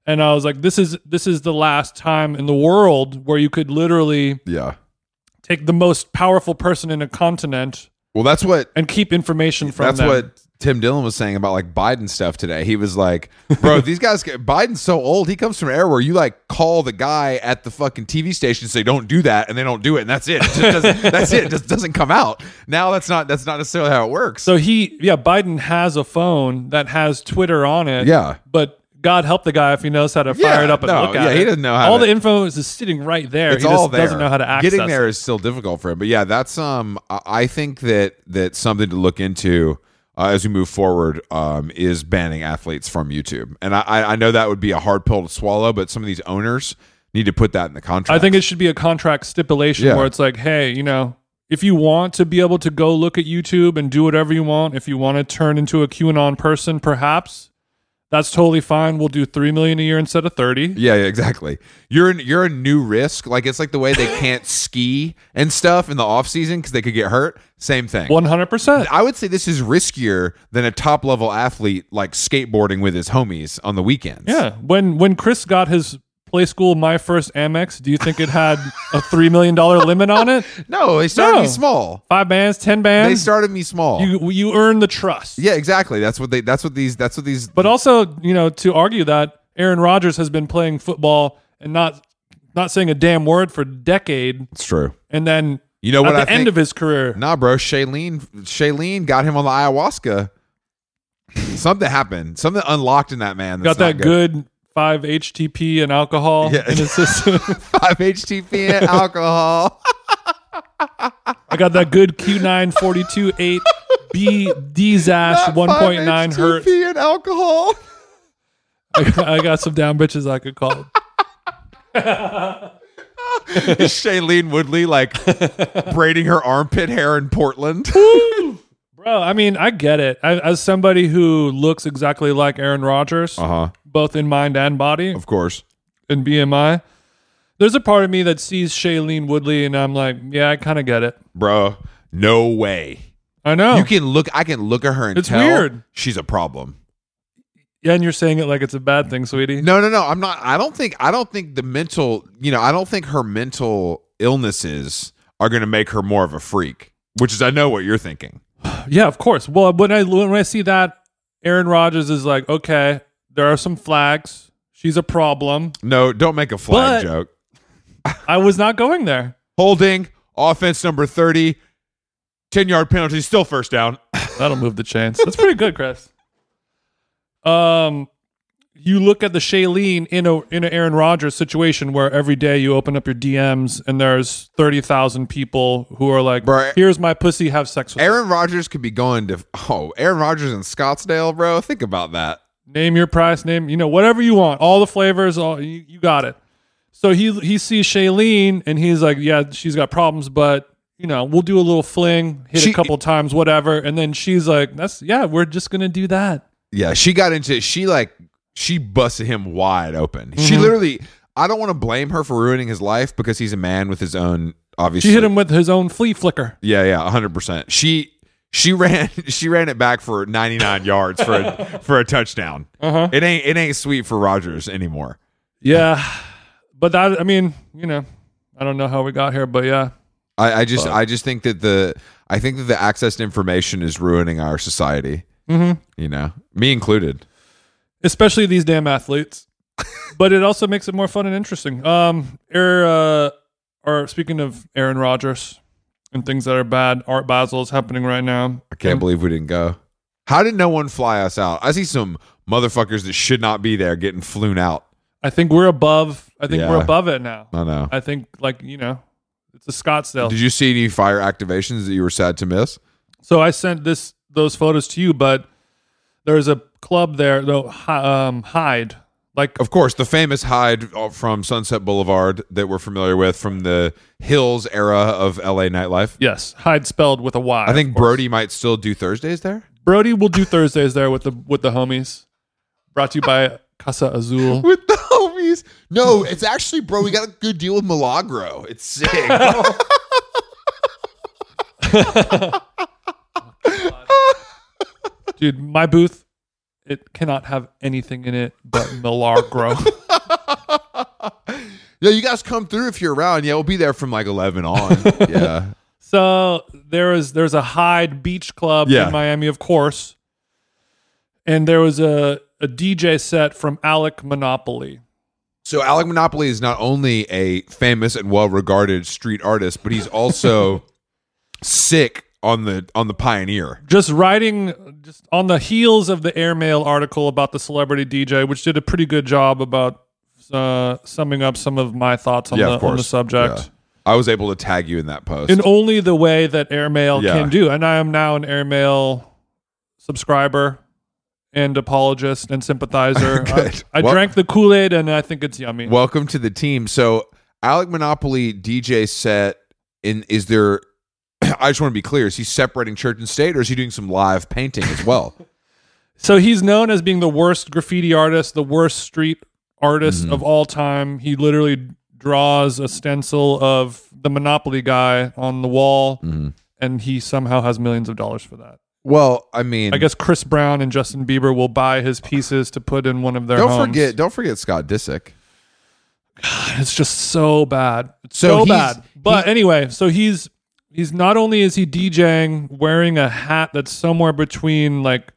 A: and i was like this is this is the last time in the world where you could literally
B: Yeah.
A: take the most powerful person in a continent
B: Well, that's what
A: and keep information from
B: that's
A: them.
B: what Tim Dillon was saying about like Biden stuff today. He was like, "Bro, these guys, Biden's so old. He comes from an era where you like call the guy at the fucking TV station and say don't do that, and they don't do it, and that's it. It just doesn't, that's it. It just doesn't come out. Now that's not that's not necessarily how it works.
A: so he yeah biden has a phone that has twitter on it
B: Yeah.
A: but God help the guy if he knows how to
B: Yeah,
A: fire it up and
B: no,
A: look at
B: yeah,
A: it.
B: he doesn't know how
A: All
B: to-
A: the info is just sitting right there.
B: it's
A: he
B: all
A: just
B: there.
A: doesn't know how to access
B: Getting there
A: it.
B: is still difficult for him. But yeah, that's um, I- I think that that's something to look into uh, as we move forward. Um, is banning athletes from YouTube, and I- I I know that would be a hard pill to swallow, but some of these owners need to put that in the contract.
A: I think it should be a contract stipulation
B: Yeah.
A: where it's like, hey, you know, if you want to be able to go look at YouTube and do whatever you want, if you want to turn into a QAnon person, perhaps that's totally fine. We'll do three million a year instead of thirty.
B: Yeah, yeah, exactly. You're in, you're a new risk. Like it's like the way they can't ski and stuff in the off season because they could get hurt. Same thing.
A: One hundred percent.
B: I would say this is riskier than a top level athlete like skateboarding with his homies on the weekends.
A: Yeah. When when Chris got his play school my first Amex, do you think it had a three million dollar limit on it?
B: No, they started
A: No.
B: me small.
A: Five bands, ten
B: They
A: bands.
B: started me small.
A: you you earn the trust.
B: Yeah, exactly. That's what they. That's what these. That's what these.
A: But also, you know, to argue that Aaron Rodgers has been playing football and not not saying a damn word for a decade,
B: It's true.
A: and then
B: You know
A: at
B: what
A: the
B: I
A: end
B: think?
A: of his career,
B: nah, bro. Shailene. Shailene got him on the ayahuasca. Something happened. Something unlocked in that man.
A: got
B: That's
A: that
B: not good.
A: good. five HTP and alcohol
B: Yeah.
A: in his system.
B: Five HTP and alcohol.
A: I got that good Q nine forty two eight B D's ass
B: Not
A: 1.9 hertz.
B: 5-HTP and alcohol.
A: I, I got some down bitches I could call.
B: Is Shailene Woodley like braiding her armpit hair in Portland?
A: Bro, I mean, I get it. I, as somebody who looks exactly like Aaron Rodgers,
B: huh.
A: both in mind and body,
B: Uh, Uh-huh. Of course.
A: in BMI, there's a part of me that sees Shailene Woodley and I'm like, yeah, I kind of get it.
B: Bro, no way.
A: I know.
B: You can look. I can look at her and
A: Oh. It's
B: tell
A: weird.
B: she's a problem.
A: and you're saying it like it's a bad thing, sweetie.
B: No, no, no. I'm not. I don't think. I don't think the mental. You know, I don't think her mental illnesses are going to make her more of a freak. Which is, I know what you're thinking.
A: Yeah, of course. Well, when I when I see that, Aaron Rodgers is like, okay, there are some flags. She's a problem.
B: No, don't make a flag
A: But-
B: joke.
A: I was not going there.
B: Holding offense number thirty. 10 yard penalty, still first down.
A: That'll move the chains. That's pretty good, Chris. Um, you look at the Shailene in a in an Aaron Rodgers situation where every day you open up your DMs and there's thirty thousand people who are like,
B: Bro,
A: "Here's my pussy, have sex with." me."
B: Aaron Rodgers could be going to, oh, Aaron Rodgers in Scottsdale, bro. Think about that.
A: name your price, name you know whatever you want, all the flavors, all you, you got it. So he he sees Shailene and he's like, yeah, she's got problems, but you know we'll do a little fling, hit
B: She-
A: a couple times, whatever, and then she's like, that's yeah, we're just gonna do that.
B: Yeah, she got into she like she busted him wide open. She
A: Mm-hmm.
B: literally I don't want to blame her for ruining his life because he's a man with his own obviously.
A: She hit him with his own flea flicker.
B: Yeah, yeah, 100%. She she ran she ran it back for 99 yards for a, for a touchdown.
A: Uh-huh.
B: It ain't it ain't sweet for Rogers anymore.
A: Yeah, but that I mean, you know, I don't know how we got here, but yeah,
B: I, I just I just think that the I think that the access to information is ruining our society. Mm-hmm. You know, me included.
A: especially these damn athletes. but it also makes it more fun and interesting. Um, Air, uh, or speaking of Aaron Rodgers and things that are bad, Art Basel is happening right now.
B: I can't believe we didn't go. How did no one fly us out? I see some motherfuckers that should not be there getting flown out.
A: I think we're above. I think we're
B: Yeah.
A: above it now.
B: I know.
A: I think like you know, it's a Scottsdale.
B: Did you see any fire activations that you were sad to miss?
A: so I sent this those photos to you, but there's a club there though. Hi- Um, Hyde, like
B: Of course, the famous hide uh, from Sunset Boulevard that we're familiar with from the Hills era of LA nightlife.
A: yes, Hyde spelled with a Y.
B: I think Brody might still do Thursdays there.
A: Brody will do Thursdays there with the with the homies. Brought to you by Casa Azul.
B: With the homies. No, it's actually, bro, we got a good deal with Milagro. It's sick.
A: Dude, my booth, it cannot have anything in it but Milagro.
B: yeah, you guys come through if you're around. Yeah, we'll be there from like 11 on. yeah.
A: so there is there's a Hyde Beach Club
B: Yeah.
A: in Miami, of course. And there was a, a DJ set from Alec Monopoly.
B: So Alec Monopoly is not only a famous and well-regarded street artist, but he's also sick on the on the pioneer.
A: Just writing just on the heels of the airmail article about the celebrity DJ, which did a pretty good job about uh, summing up some of my thoughts on,
B: Yeah,
A: the,
B: of
A: on the
B: course.
A: subject.
B: Yeah. I was able to tag you in that post.
A: in only the way that airmail
B: Yeah.
A: can do and i am now an airmail subscriber and apologist and sympathizer i,
B: Good.
A: Uh, I
B: Well-
A: drank the kool-aid and i think it's yummy
B: Welcome to the team. So Alec Monopoly DJ set in is there I just want to be clear, is he separating church and state or is he doing some live painting as well?
A: so he's known as being the worst graffiti artist the worst street artist
B: Mm-hmm.
A: of all time he literally draws a stencil of the monopoly guy on the wall
B: Mm-hmm.
A: and he somehow has millions of dollars for that
B: well, I mean
A: i guess chris brown and justin bieber will buy his pieces to put in one of their
B: don't
A: homes.
B: forget don't forget Scott Disick.
A: It's just so bad. It's
B: So
A: so,
B: he's-
A: bad. But anyway, so he's he's not only is he DJing wearing a hat that's somewhere between like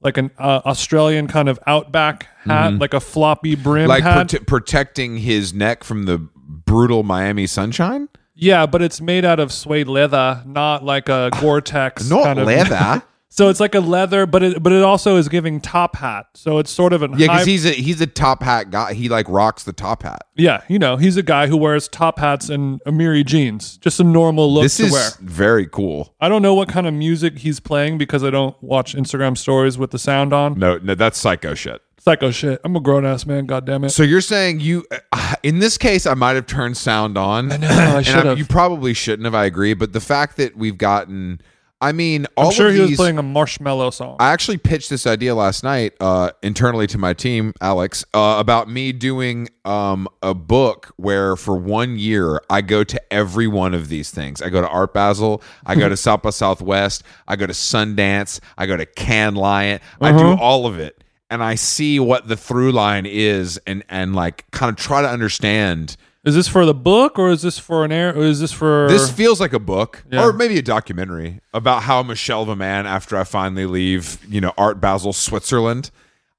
A: like an uh, Australian kind of outback hat, like a floppy brim
B: Mm-hmm. Like
A: hat.
B: prote- protecting his neck from the brutal Miami sunshine?
A: yeah, but it's made out of suede leather, not like a Gore-Tex
B: Not
A: kind of
B: leather.
A: So it's like a leather, but it but it also is giving top hat. So it's sort of an
B: Yeah,
A: high-
B: because he's a he's a top hat guy. He like rocks the top hat.
A: yeah, you know, he's a guy who wears top hats and Amiri jeans, just a normal look
B: This
A: to
B: is
A: wear.
B: very cool.
A: I don't know what kind of music he's playing because I don't watch Instagram stories with the sound on.
B: No, no, that's psycho shit.
A: Psycho shit. I'm a grown ass man. God damn it.
B: So you're saying you, uh, in this case, I might have turned sound on. I
A: know, I should have.
B: You probably shouldn't have. I agree. But the fact that we've gotten, I mean, all
A: I'm sure
B: of
A: he was
B: these-
A: playing a marshmallow song.
B: I actually pitched this idea last night uh, internally to my team, Alex, uh, about me doing um, a book where for one year I go to every one of these things. I go to Art Basel, I go to South by Southwest, I go to Sundance, I go to Can Lion, I do all of it, and I see what the through line is, and and like kind of try to understand.
A: is this for the book or is this for an air? Or is this for
B: This feels like a book,
A: Yeah.
B: or maybe a documentary about how I'm a shell of a man after I finally leave, you know, Art Basel, Switzerland.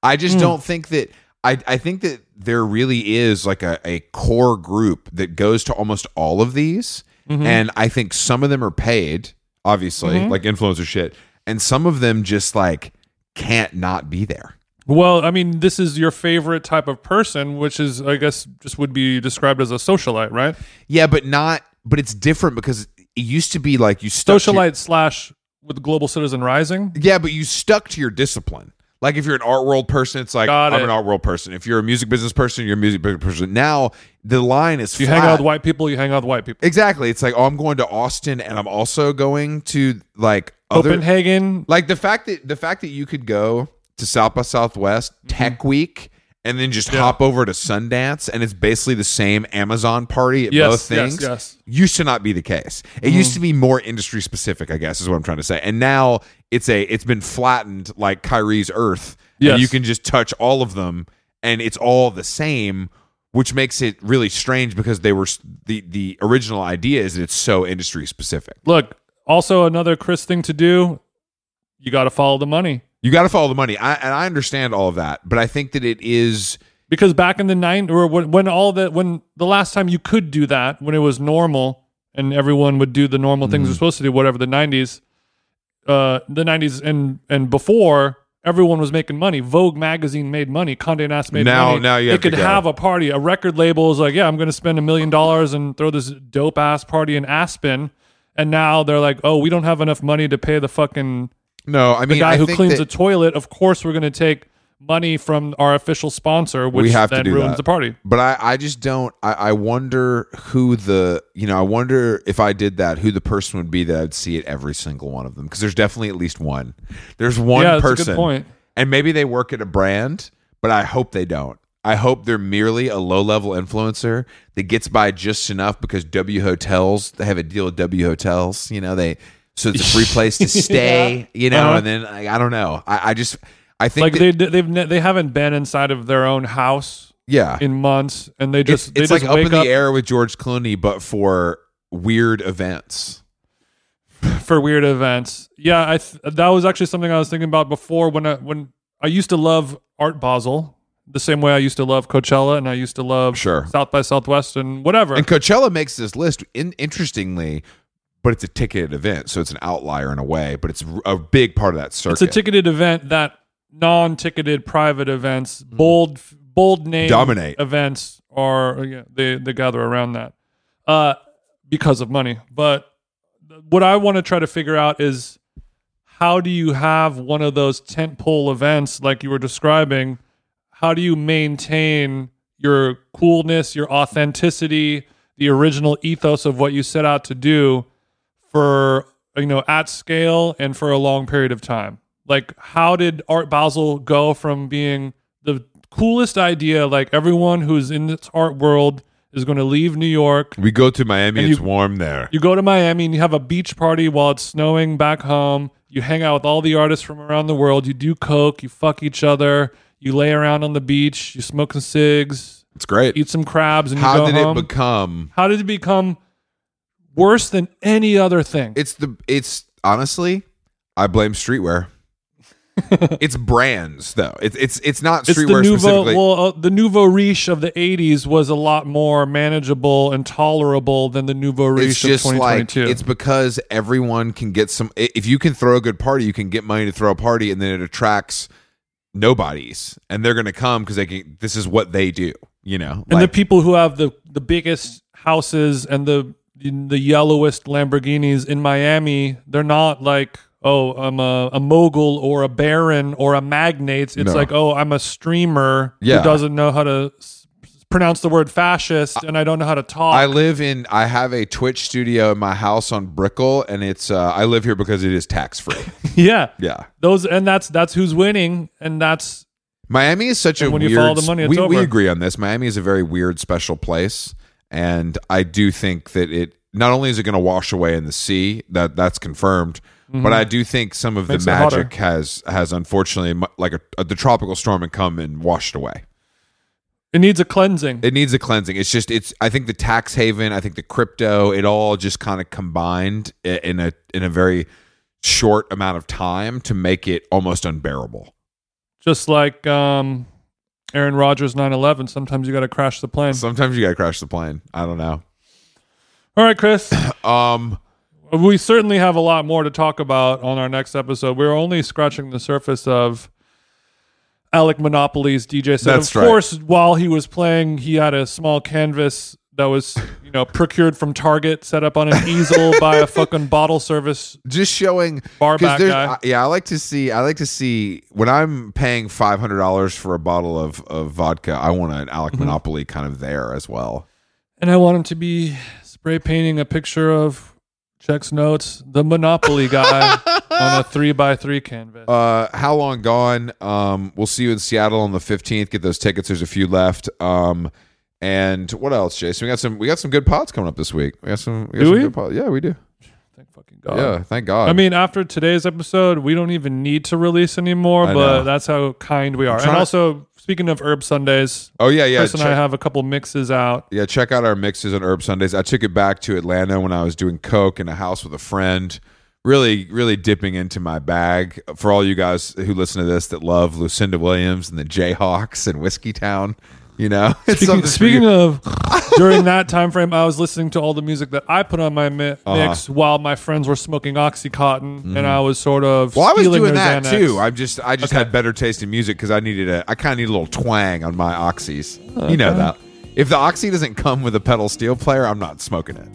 B: I just don't think that. I, I think that there really is like a, a core group that goes to almost all of these. And I think some of them are paid, obviously, like influencer shit. And some of them just like can't not be there.
A: Well, I mean, this is your favorite type of person, which is, I guess, just would be described as a socialite, right?
B: Yeah, but not, but it's different because it used to be like you stuck to your-
A: Socialite slash with Global Citizen Rising.
B: Yeah, but you stuck to your discipline. Like if you're an art world person, it's like
A: Got
B: I'm
A: it.
B: an art world person. If you're a music business person, you're a music business person. Now the line is
A: You
B: flat.
A: hang out with white people, you hang out with white people.
B: exactly. It's like oh, I'm going to Austin, and I'm also going to like other
A: Copenhagen.
B: like the fact that the fact that you could go to South by Southwest
A: Mm-hmm.
B: Tech Week and then just hop over to Sundance and it's basically the same Amazon party at
A: Yes,
B: both
A: yes,
B: things.
A: yes.
B: Used to not be the case. It used to
A: Mm.
B: be more industry specific, I guess, is what I'm trying to say. And now it's a it's been flattened like Kyrie's Earth.
A: Yes.
B: And you can just touch all of them and it's all the same. Which makes it really strange because they were s- the the original idea is that it's so industry specific.
A: Look, also another Chris thing to do. You got to follow the money
B: You got to follow the money. I, and I understand all of that, but I think that it is
A: because back in the nine or when, when all that when the last time you could do that when it was normal and everyone would do the normal things
B: Mm-hmm.
A: they're supposed to do, whatever the nineties, uh, the nineties and and before. Everyone was making money. Vogue magazine made money. Condé Nast made
B: Now-
A: money.
B: now you
A: they
B: have to
A: could
B: go.
A: have a party. A record label is like, yeah, I'm going to spend a million dollars and throw this dope ass party in Aspen. And now they're like, oh, we don't have enough money to pay the fucking
B: no. I mean,
A: the guy
B: I
A: who
B: think
A: cleans the
B: that
A: toilet, of course, we're going to take money from our official sponsor, which
B: have to
A: then
B: do
A: ruins
B: that.
A: the party.
B: But I, I just don't. I, I wonder who the you know. I wonder if I did that, who the person would be that I'd see at every single one of them. Because there's definitely at least one. There's one
A: Yeah, that's a good
B: person,
A: point.
B: and maybe they work at a brand, but I hope they don't. I hope they're merely a low level influencer that gets by just enough because W Hotels they have a deal with W Hotels. You know they so it's a free place to stay. You know,
A: Uh-huh.
B: and then like, I don't know. I, I just I think
A: Like
B: that-
A: they they've ne- they haven't been inside of their own house
B: yeah
A: in months, and they just
B: it's
A: they
B: like
A: just
B: up in
A: wake
B: the
A: up
B: air with George Clooney, but for weird events.
A: for weird events. Yeah, I th- that was actually something I was thinking about before when I when I used to love Art Basel the same way I used to love Coachella and I used to love
B: Sure.
A: South by Southwest and whatever.
B: And Coachella makes this list in, interestingly, but it's a ticketed event, so it's an outlier in a way, but it's a big part of that
A: it's
B: circuit.
A: a ticketed event that non-ticketed private events bold bold name
B: Dominate.
A: events are yeah, they they gather around that uh because of money but what i want to try to figure out is how do you have one of those tentpole events like you were describing how do you maintain your coolness your authenticity the original ethos of what you set out to do for you know at scale and for a long period of time like how did art basel go from being the coolest idea like everyone who's in this art world is going to leave new york
B: we go to Miami,
A: And
B: it's
A: you-
B: warm there.
A: you go to miami and you have a beach party while it's snowing back home you hang out with all the artists from around the world you do coke you fuck each other you lay around on the beach you smoke some cigs
B: it's great.
A: eat some crabs and you
B: How
A: go
B: did
A: home
B: it become?
A: how did it become worse than any other thing
B: It's the, it's honestly, I blame streetwear. it's brands though. It's it's it's not
A: It's the
B: streetwear
A: nouveau.
B: specifically.
A: Well, uh, the nouveau riche of the '80s was a lot more manageable and tolerable than the nouveau riche
B: it's just
A: of
B: like
A: 2022.
B: it's because everyone can get some. i- If you can throw a good party, you can get money to throw a party, and then it attracts nobodies, and they're gonna come because they can. This is what they do. You know,
A: and
B: Like-
A: the people who have the the biggest houses and the the yellowest Lamborghinis in Miami, they're not like, oh, I'm a, a mogul or a baron or a magnate. It's
B: No.
A: like, oh, I'm a streamer
B: Yeah.
A: who doesn't know how to s- pronounce the word fascist and I don't know how to talk.
B: I live in. I have a Twitch studio in my house on Brickell, and it's. Uh, I live here because it is tax free.
A: yeah.
B: yeah,
A: Those and that's that's who's winning and that's
B: Miami is such a
A: when you
B: weird.
A: follow the money, it's
B: we, we
A: over.
B: agree on this. Miami is a very weird, special place, and I do think that it. Not only is it going to wash away in the sea, that that's confirmed, but I do think some of
A: Mm-hmm. Makes
B: the
A: it hotter.
B: magic has has unfortunately mu- like a, the tropical storm had come and washed away.
A: it needs a cleansing.
B: It needs a cleansing. It's just it's. I think the tax haven. I think the crypto. It all just kind of combined i- in a in a very short amount of time to make it almost unbearable.
A: Just like um Aaron Rodgers 9/11, sometimes you got to crash the plane.
B: Sometimes you gotta crash the plane. I don't know.
A: All right, Chris.
B: Um,
A: We certainly have a lot more to talk about on our next episode. We're only scratching the surface of Alec Monopoly's DJ set.
B: That's
A: of
B: right.
A: course, while he was playing, he had a small canvas that was, you know, procured from Target, set up on an easel by a fucking bottle service.
B: just showing
A: Bar
B: 'cause
A: back
B: there's-
A: guy.
B: I- yeah, I like to see. I like to see when I'm paying five hundred dollars for a bottle of of vodka. I want an Alec
A: Mm-hmm.
B: Monopoly kind of there as well.
A: And I want him to be spray painting a picture of Check's Notes, the Monopoly guy, on a three by three canvas.
B: Uh, how long gone? Um, we'll see you in Seattle on the fifteenth. Get those tickets. There's a few left. Um, and what else, Jason? We got some. We got some good pods coming up this week. We got some. We got
A: Do
B: some
A: we?
B: Good pods. Yeah, we do.
A: Thank fucking God.
B: yeah, thank God.
A: I mean, after today's episode, we don't even need to release anymore,
B: I
A: but
B: know.
A: that's how kind we are. And
B: trying to-
A: also, speaking of herb Sundays,
B: oh yeah, yeah.
A: Chris and
B: check-
A: I have a couple mixes out.
B: Yeah, check out our mixes on Herb Sundays. I took it back to Atlanta when I was doing coke in a house with a friend. Really, really dipping into my bag for all you guys who listen to this that love Lucinda Williams and the Jayhawks and Whiskey Town. You know, It's
A: Speaking,
B: something for
A: speaking
B: you.
A: of, during that time frame, I was listening to all the music that I put on my mi-
B: Uh-huh.
A: mix while my friends were smoking OxyContin, and I was sort of
B: Mm-hmm. well, I was
A: stealing
B: doing
A: their
B: that
A: Xanax.
B: too. I just, I just had better taste in music because I needed a, I kind of need a little twang on my oxys. You know that. If the oxy doesn't come with a pedal steel player, I'm not smoking it.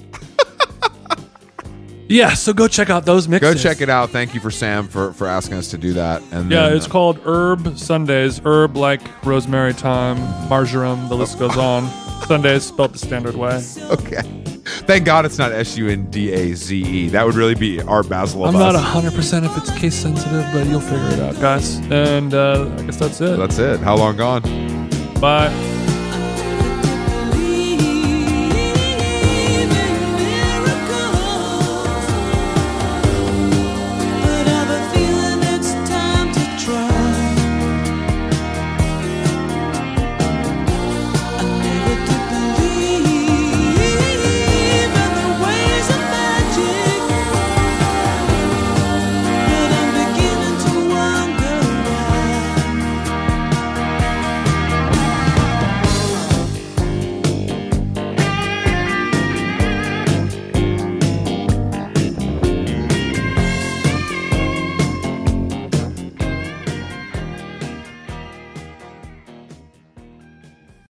A: yeah, so go check out those
B: Go
A: mixes.
B: check it out. Thank you for Sam for for asking us to do that. And
A: Yeah,
B: then,
A: it's
B: uh,
A: called Herb Sundays. Herb like rosemary thyme, marjoram. The list goes on. Sundays spelled the standard way.
B: Okay. Thank God it's not S U N D A Z E. That would really be our Basil of
A: I'm not
B: us.
A: 100% if it's case sensitive, but you'll figure it out, guys. And uh, I guess that's it.
B: That's it. How long gone?
A: Bye.